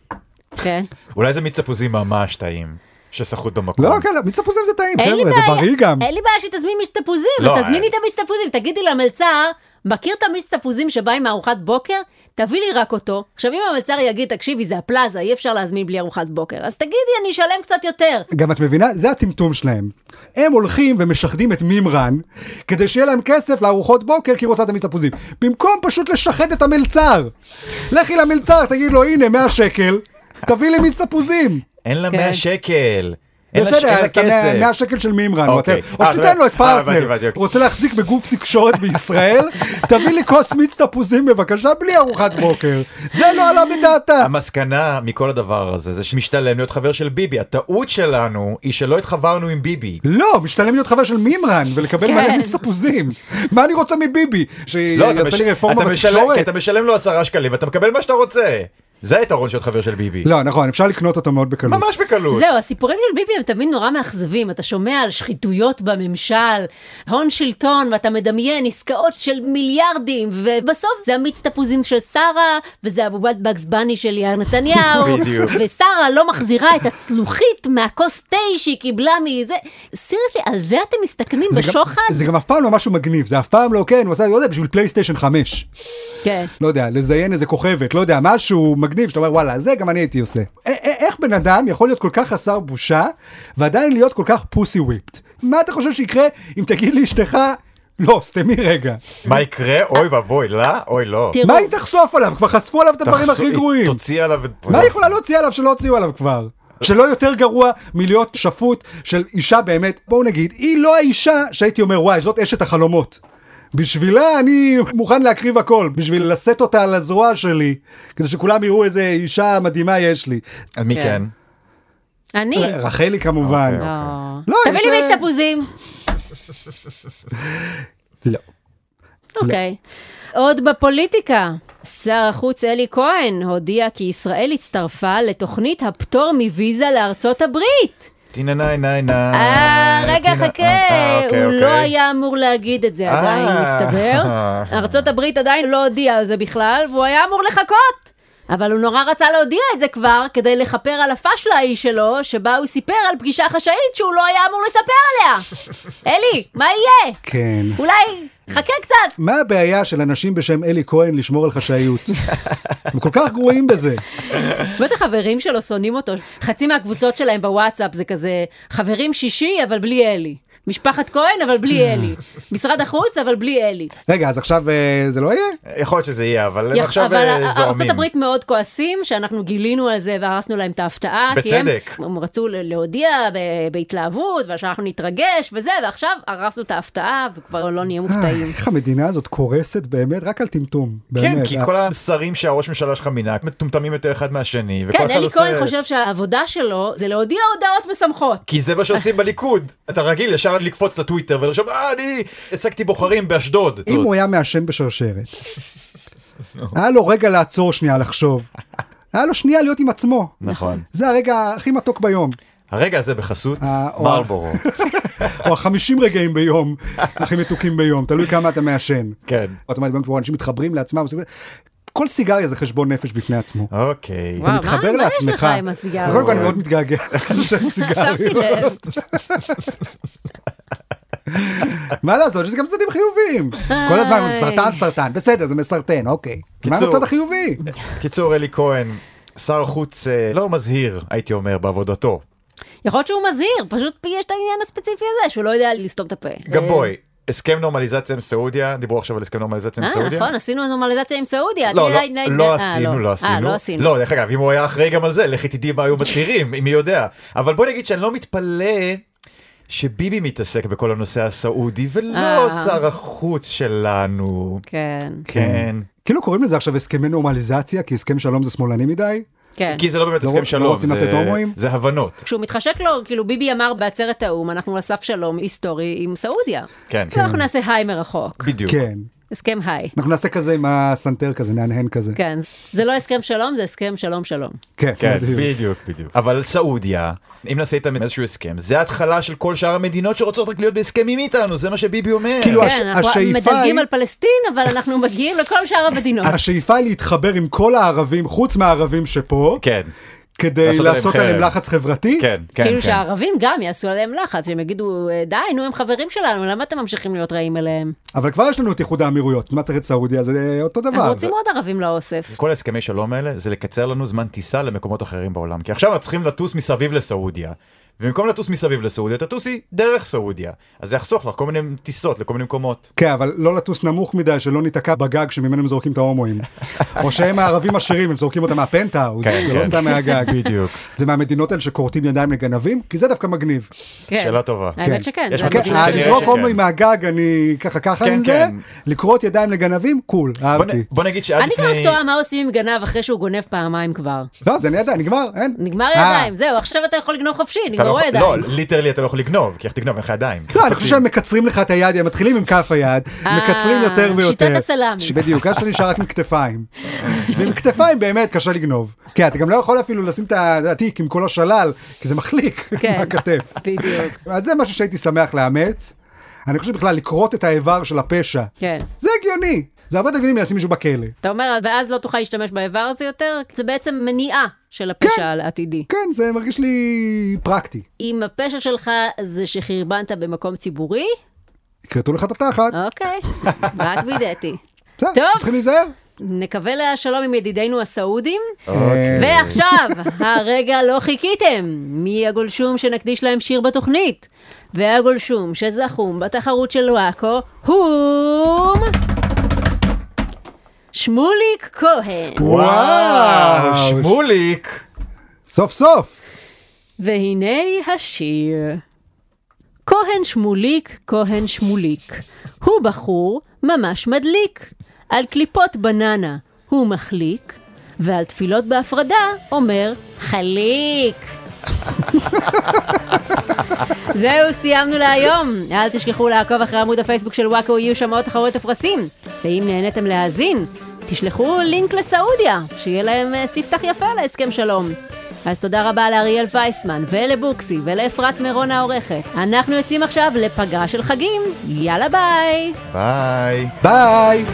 B: כן.
C: אולי זה מיץ תפוזים ממש טעים, שסחוט במקום.
A: לא, כן, לא, מיץ תפוזים זה טעים,
B: אין לי
A: חבר'ה, זה
B: בעיה-
A: בריא גם.
B: אין לי בעיה שתזמין מיץ תפוזים,
C: לא,
B: אז תזמיני
C: אה.
B: את המיץ תפוזים, תגידי למלצר, מכיר את המיץ תפוזים שבא עם ארוחת בוקר? תביא לי רק אותו. עכשיו, אם המלצר יגיד, תקשיבי, זה הפלאזה, אי אפשר להזמין בלי ארוחת בוקר, אז תגידי, אני אשלם קצת יותר.
A: גם את מבינה? זה הטמטום שלהם. הם הולכים ומשחדים את מימרן, כדי שיהיה להם כסף לארוחות בוקר, כי היא רוצה את המיץ תפוזים. במקום פשוט לשחד את המלצר. לכי למלצר, תגיד לו, הנה, 100 שקל, תביא לי מיץ תפוזים.
C: אין לה
B: כן.
C: 100 שקל. אין לה
A: בסדר,
C: אין לה
A: אז אתה
C: כסף.
A: 100 שקל של מימרן, או
C: אוקיי.
A: אתה- או
C: אה,
A: שתיתן לו את
C: אה, הבנתי,
A: פרטנר,
C: הבנתי, אוקיי.
A: רוצה להחזיק בגוף תקשורת
C: (laughs)
A: בישראל, תביא לי כוס מיץ תפוזים בבקשה, בלי ארוחת בוקר. זה לא עלה בדעתה.
C: המסקנה מכל הדבר הזה זה שמשתלם להיות חבר של ביבי. הטעות שלנו היא שלא התחברנו עם ביבי.
A: לא, משתלם להיות חבר של מימרן ולקבל
B: כן.
A: מלא מיץ תפוזים. מה אני רוצה מביבי?
C: לא, אתה
A: שיעשה
C: מש-
A: אה, לי רפורמה
C: אתה משלם- כי
A: בתקשורת?
C: אתה משלם לו עשרה שקלים ואתה מקבל מה שאתה רוצה. זה היתרון של להיות חבר של ביבי.
A: לא, נכון, אפשר לקנות אותו מאוד בקלות.
C: ממש בקלות.
B: זהו, הסיפורים של ביבי הם תמיד נורא מאכזבים. אתה שומע על שחיתויות בממשל, הון שלטון, ואתה מדמיין עסקאות של מיליארדים, ובסוף זה המיץ תפוזים של שרה, וזה הבובת בגס בני של יאיר
A: (laughs)
B: נתניהו,
C: בדיוק.
B: ושרה לא מחזירה את הצלוחית מהכוס תה שהיא קיבלה מזה. סירסלי, על זה אתם מסתכנים
A: זה גם-
B: בשוחד?
A: זה גם אף פעם לא משהו מגניב, זה אף פעם לא, כן, הוא עשה, לא יודע, בשביל פלייסטיישן 5.
B: כן.
A: לא יודע, לזיין איזה כוכבת, לא יודע, משהו מגניב, שאתה אומר, וואלה, זה גם אני הייתי עושה. א- א- איך בן אדם יכול להיות כל כך חסר בושה, ועדיין להיות כל כך פוסי וויפט? מה אתה חושב שיקרה אם תגיד לאשתך, לא, סתמי רגע.
C: מה יקרה? אוי ואבוי, לה? אוי לא.
B: תראו,
A: מה היא תחשוף עליו? כבר חשפו עליו את הדברים
C: תחסו-
A: הכי
C: היא
A: גרועים.
C: תוציא עליו את...
A: מה היא יכולה להוציא עליו שלא הוציאו עליו כבר? שלא יותר גרוע מלהיות שפוט של אישה באמת, בואו נגיד, היא לא האישה שהייתי אומר, וואי, זאת אשת החלומות. בשבילה אני מוכן להקריב הכל, בשביל לשאת אותה על הזרוע שלי, כדי שכולם יראו איזה אישה מדהימה יש לי.
C: אז מי
B: כן.
C: כן?
B: אני.
A: רחלי כמובן.
C: אוקיי,
B: לא.
A: לא,
B: תביא
A: יש
B: לי
A: לה-
B: מיץ תפוזים.
A: לא.
B: אוקיי. עוד בפוליטיקה, שר החוץ אלי כהן הודיע כי ישראל הצטרפה לתוכנית הפטור מוויזה לארצות הברית.
C: טינה ניי ניי ניי.
B: אה, רגע,
C: טינה- אה,
B: חכה,
C: אוקיי,
B: הוא לא
C: אוקיי.
B: היה אמור להגיד את זה עדיין,
C: אה.
B: מסתבר. ארצות הברית עדיין לא הודיעה על זה בכלל, והוא היה אמור לחכות. אבל הוא נורא רצה להודיע את זה כבר, כדי לכפר על הפשלה ההיא שלו, שבה הוא סיפר על פגישה חשאית שהוא לא היה אמור לספר עליה.
C: (laughs)
B: אלי, מה יהיה?
A: כן.
B: אולי, חכה קצת.
A: מה הבעיה של אנשים בשם אלי כהן לשמור על
C: (laughs)
A: חשאיות? הם כל כך גרועים בזה.
B: בטח חברים שלו שונאים אותו. חצי מהקבוצות שלהם בוואטסאפ זה כזה, חברים שישי, אבל בלי אלי. משפחת כהן, אבל בלי אלי. משרד החוץ, אבל בלי אלי.
A: רגע, אז עכשיו אה, זה לא יהיה?
C: (laughs) יכול להיות שזה יהיה, אבל הם
B: יח-
C: עכשיו
B: אבל
C: אה,
B: ארצות
C: זועמים.
B: הברית מאוד כועסים שאנחנו גילינו על זה והרסנו להם את ההפתעה.
C: בצדק.
B: כי הם, הם רצו ל- להודיע ב- בהתלהבות, ושאנחנו נתרגש וזה, ועכשיו הרסנו את ההפתעה וכבר לא נהיה מופתעים.
A: איך המדינה הזאת קורסת באמת רק על טמטום.
C: כן,
A: באמת. אה,
C: כי כל השרים שהראש ממשלה שלך מינה מטומטמים יותר אחד מהשני. וכל
B: כן,
C: אחד
B: אלי
C: עושה-
B: כהן חושב שהעבודה שלו זה להודיע הודעות משמחות.
C: כי זה מה שעושים בליכוד. אתה רגיל ישר לקפוץ לטוויטר ולרשום, אה, אני השגתי בוחרים באשדוד.
A: אם הוא היה מעשן
C: (laughs)
A: בשרשרת, היה לו רגע לעצור שנייה לחשוב. היה לו שנייה להיות עם עצמו.
C: נכון.
A: זה הרגע הכי מתוק
C: (laughs)
A: ביום,
C: הרגע הזה בחסות
A: אה, או-
C: מרלבורו.
A: או החמישים רגעים ביום, הכי מתוקים ביום, תלוי כמה אתה מעשן.
C: כן.
A: אוטומטית, בנק פה אנשים מתחברים לעצמם, עושים- כל סיגריה זה חשבון נפש בפני עצמו.
C: אוקיי.
B: (laughs) וואו, מה-
A: מתחבר
B: מה יש
A: לעצמך.
B: לך עם הסיגריות?
A: קודם כל אני מאוד מתגעגע (laughs) לשם
B: שמתי
A: סיגריות.
B: לב.
A: (laughs) מה לעשות, יש לזה גם צדדים חיוביים. כל הזמן, אומרים, סרטן, סרטן, בסדר, זה מסרטן, אוקיי. מה עם
C: קיצור.
A: הצד החיובי?
C: קיצור, אלי כהן, שר חוץ אה, לא מזהיר, הייתי אומר, בעבודתו.
B: יכול להיות שהוא מזהיר, פשוט יש את העניין הספציפי הזה שהוא לא יודע לסתום את הפה. אה,
C: גם בואי, הסכם נורמליזציה עם סעודיה, דיברו עכשיו על הסכם נורמליזציה עם
B: אה,
C: סעודיה.
B: נכון, עשינו נורמליזציה עם סעודיה.
C: לא,
B: די,
C: לא,
B: די, די, די.
C: לא
B: אה,
C: עשינו, לא
B: אה,
C: עשינו.
B: לא עשינו.
C: לא, דרך אגב, אם הוא היה אחראי גם על זה, לכי תדעי
B: (laughs)
C: מה היו מצהירים, אם היא יודע. אבל בוא נגיד שאני לא מתפלא שביבי מתעסק בכל הנושא הסעודי, ולא
B: אה.
C: שר החוץ שלנו.
B: כן,
C: כן.
A: כאילו קוראים לזה עכשיו הסכמי נורמליזציה, כי הסכם שלום זה שמאלני מדי.
B: כן.
C: כי זה לא באמת
A: לא-
C: הסכם
A: לא
C: שלום,
A: רוצים
C: זה-
A: לתת הומואים?
C: זה הבנות.
B: כשהוא מתחשק לו, כאילו ביבי אמר בעצרת האו"ם, אנחנו על סף שלום היסטורי עם סעודיה.
C: כן.
B: כאילו אנחנו נעשה היי מרחוק.
C: בדיוק.
A: כן.
B: הסכם היי.
A: אנחנו נעשה כזה עם הסנטר כזה, נהנהן כזה.
B: כן. זה לא הסכם שלום, זה הסכם שלום שלום.
A: כן,
C: כן,
A: בדיוק.
C: בדיוק, בדיוק. אבל סעודיה, אם נעשה איתם איזשהו הסכם, זה התחלה של כל שאר המדינות שרוצות רק להיות בהסכמים איתנו, זה מה שביבי אומר.
A: כאילו, הש-
B: כן, אנחנו
A: השאיפה
B: מדלגים
A: היא-
B: על פלסטין, אבל אנחנו מגיעים לכל שאר המדינות.
A: השאיפה היא להתחבר עם כל הערבים, חוץ מהערבים שפה,
C: כן.
A: כדי
C: לעשות
A: לעשות
C: עליהם
A: עליהם
C: חרם.
A: לחץ חברתי?
C: כן, כן,
B: כאילו
C: כן.
B: שהערבים גם יעשו עליהם לחץ, שהם יגידו, "אה, די, נו, הם חברים שלנו, למה אתם ממשיכים להיות רעים אליהם?
A: אבל כבר יש לנו את איחוד האמירויות, מה צריך את סעודיה? זה אה, אותו
B: אנחנו
A: דבר.
B: רוצים עוד ערבים לאוסף.
C: כל הסכמי שלום האלה זה לקצר לנו זמן טיסה למקומות אחרים בעולם. כי עכשיו אנחנו צריכים לטוס מסביב לסעודיה. ובמקום לטוס מסביב לסעודיה, תטוסי דרך סעודיה. אז זה יחסוך לך כל מיני טיסות לכל מיני מקומות.
A: כן, אבל לא לטוס נמוך מדי, שלא ניתקע בגג שממנו הם זורקים את
C: (laughs)
A: ההומואים. או שהם הערבים עשירים, הם זורקים אותם מהפנטהאוז,
C: כן,
A: זה לא
C: כן.
A: סתם מהגג.
C: בדיוק.
A: זה מהמדינות האלה שכורתים ידיים לגנבים, כי זה דווקא מגניב.
B: כן.
C: שאלה טובה.
A: כן.
B: האמת שכן.
C: יש
B: זה
C: מצב
A: כן,
B: המדינה
C: כנראה
B: של-
A: לזרוק
C: שכן.
A: הומואים מהגג, אני ככה ככה
C: כן,
A: עם זה,
C: כן.
A: לקרות ידיים לגנבים, קול,
C: בוא נ-
A: אהבתי.
C: בוא נגיד שעד
B: אני גם רק
C: לפני...
B: תוהה מה עושים עם גנב אחרי שהוא גונב פעמיים כבר.
A: לא, זה נהדר, נגמר, אין.
B: נגמר
A: אה.
B: ידיים, זהו, עכשיו אתה יכול לגנוב חופשי,
C: אתה לא
B: נגמרו
C: יכול-
B: ידיים.
C: לא, ליטרלי אתה לא יכול לגנוב, כי איך תגנוב? אין לך ידיים.
A: לא, אני חושב שהם מקצרים לך את היד, הם מתחילים עם כף היד,
B: אה,
A: מקצרים יותר
B: שיטת
A: ויותר.
B: הסלאמי.
A: ש- בדיוק, אז שלי נשאר רק עם
B: (laughs)
A: כתפיים. ועם כתפיים באמת קשה לגנוב. כן, אתה גם לא יכול אפילו לשים את התיק עם כל השלל, כי זה מחליק (laughs)
C: (laughs)
B: כן.
A: מהכתף.
B: בדיוק,
A: אז זה משהו שהייתי שמח לאמץ. אני חושב בכלל לכרות את האיבר של הפשע.
B: כן.
A: זה הגיוני, זה הרבה יותר הגיוני מלשים מישהו בכלא.
B: אתה אומר, ואז לא תוכל להשתמש באיבר הזה יותר? זה בעצם מניעה של הפשע העתידי.
A: כן, זה מרגיש לי פרקטי.
B: אם הפשע שלך זה שחרבנת במקום ציבורי,
A: יכרתו לך את התחת,
C: (laughs)
B: אוקיי, רק וידאתי.
A: בסדר,
B: טוב.
A: צריכים להיזהר.
B: נקווה לשלום עם ידידינו הסעודים.
C: אוקיי.
B: ועכשיו, הרגע לא חיכיתם. מי הגולשום שנקדיש להם שיר בתוכנית? והגולשום שזכום בתחרות של וואקו, הום... שמוליק כהן.
A: אה,
C: וואו, אה, שמוליק.
A: סוף סוף.
B: והנה השיר. כהן שמוליק, כהן שמוליק. הוא בחור ממש מדליק. על קליפות בננה הוא מחליק, ועל תפילות בהפרדה אומר חליק. זהו, סיימנו להיום. אל תשכחו לעקוב אחרי עמוד הפייסבוק של וואקו, יהיו שם עוד תחרות ופרסים. ואם נהניתם להאזין, תשלחו לינק לסעודיה, שיהיה להם אה, ספתח יפה להסכם שלום. אז תודה רבה לאריאל וייסמן, ולבוקסי, ולאפרת מירון העורכת. אנחנו יוצאים עכשיו לפגרה של חגים. יאללה ביי!
C: ביי.
A: ביי.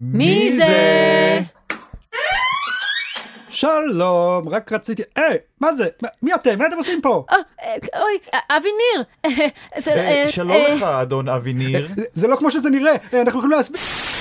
B: מי זה?
D: שלום, רק רציתי... היי, מה זה? מה- מי אתם? מה אתם עושים פה?
B: אה, אה, אוי, אה, אבי ניר! (laughs) אה, זה,
C: היי,
B: אה,
C: שלום
B: אה,
C: לך, אדון אבי ניר.
A: זה- זה לא כמו שזה נראה, אה, אנחנו יכולים להסביר.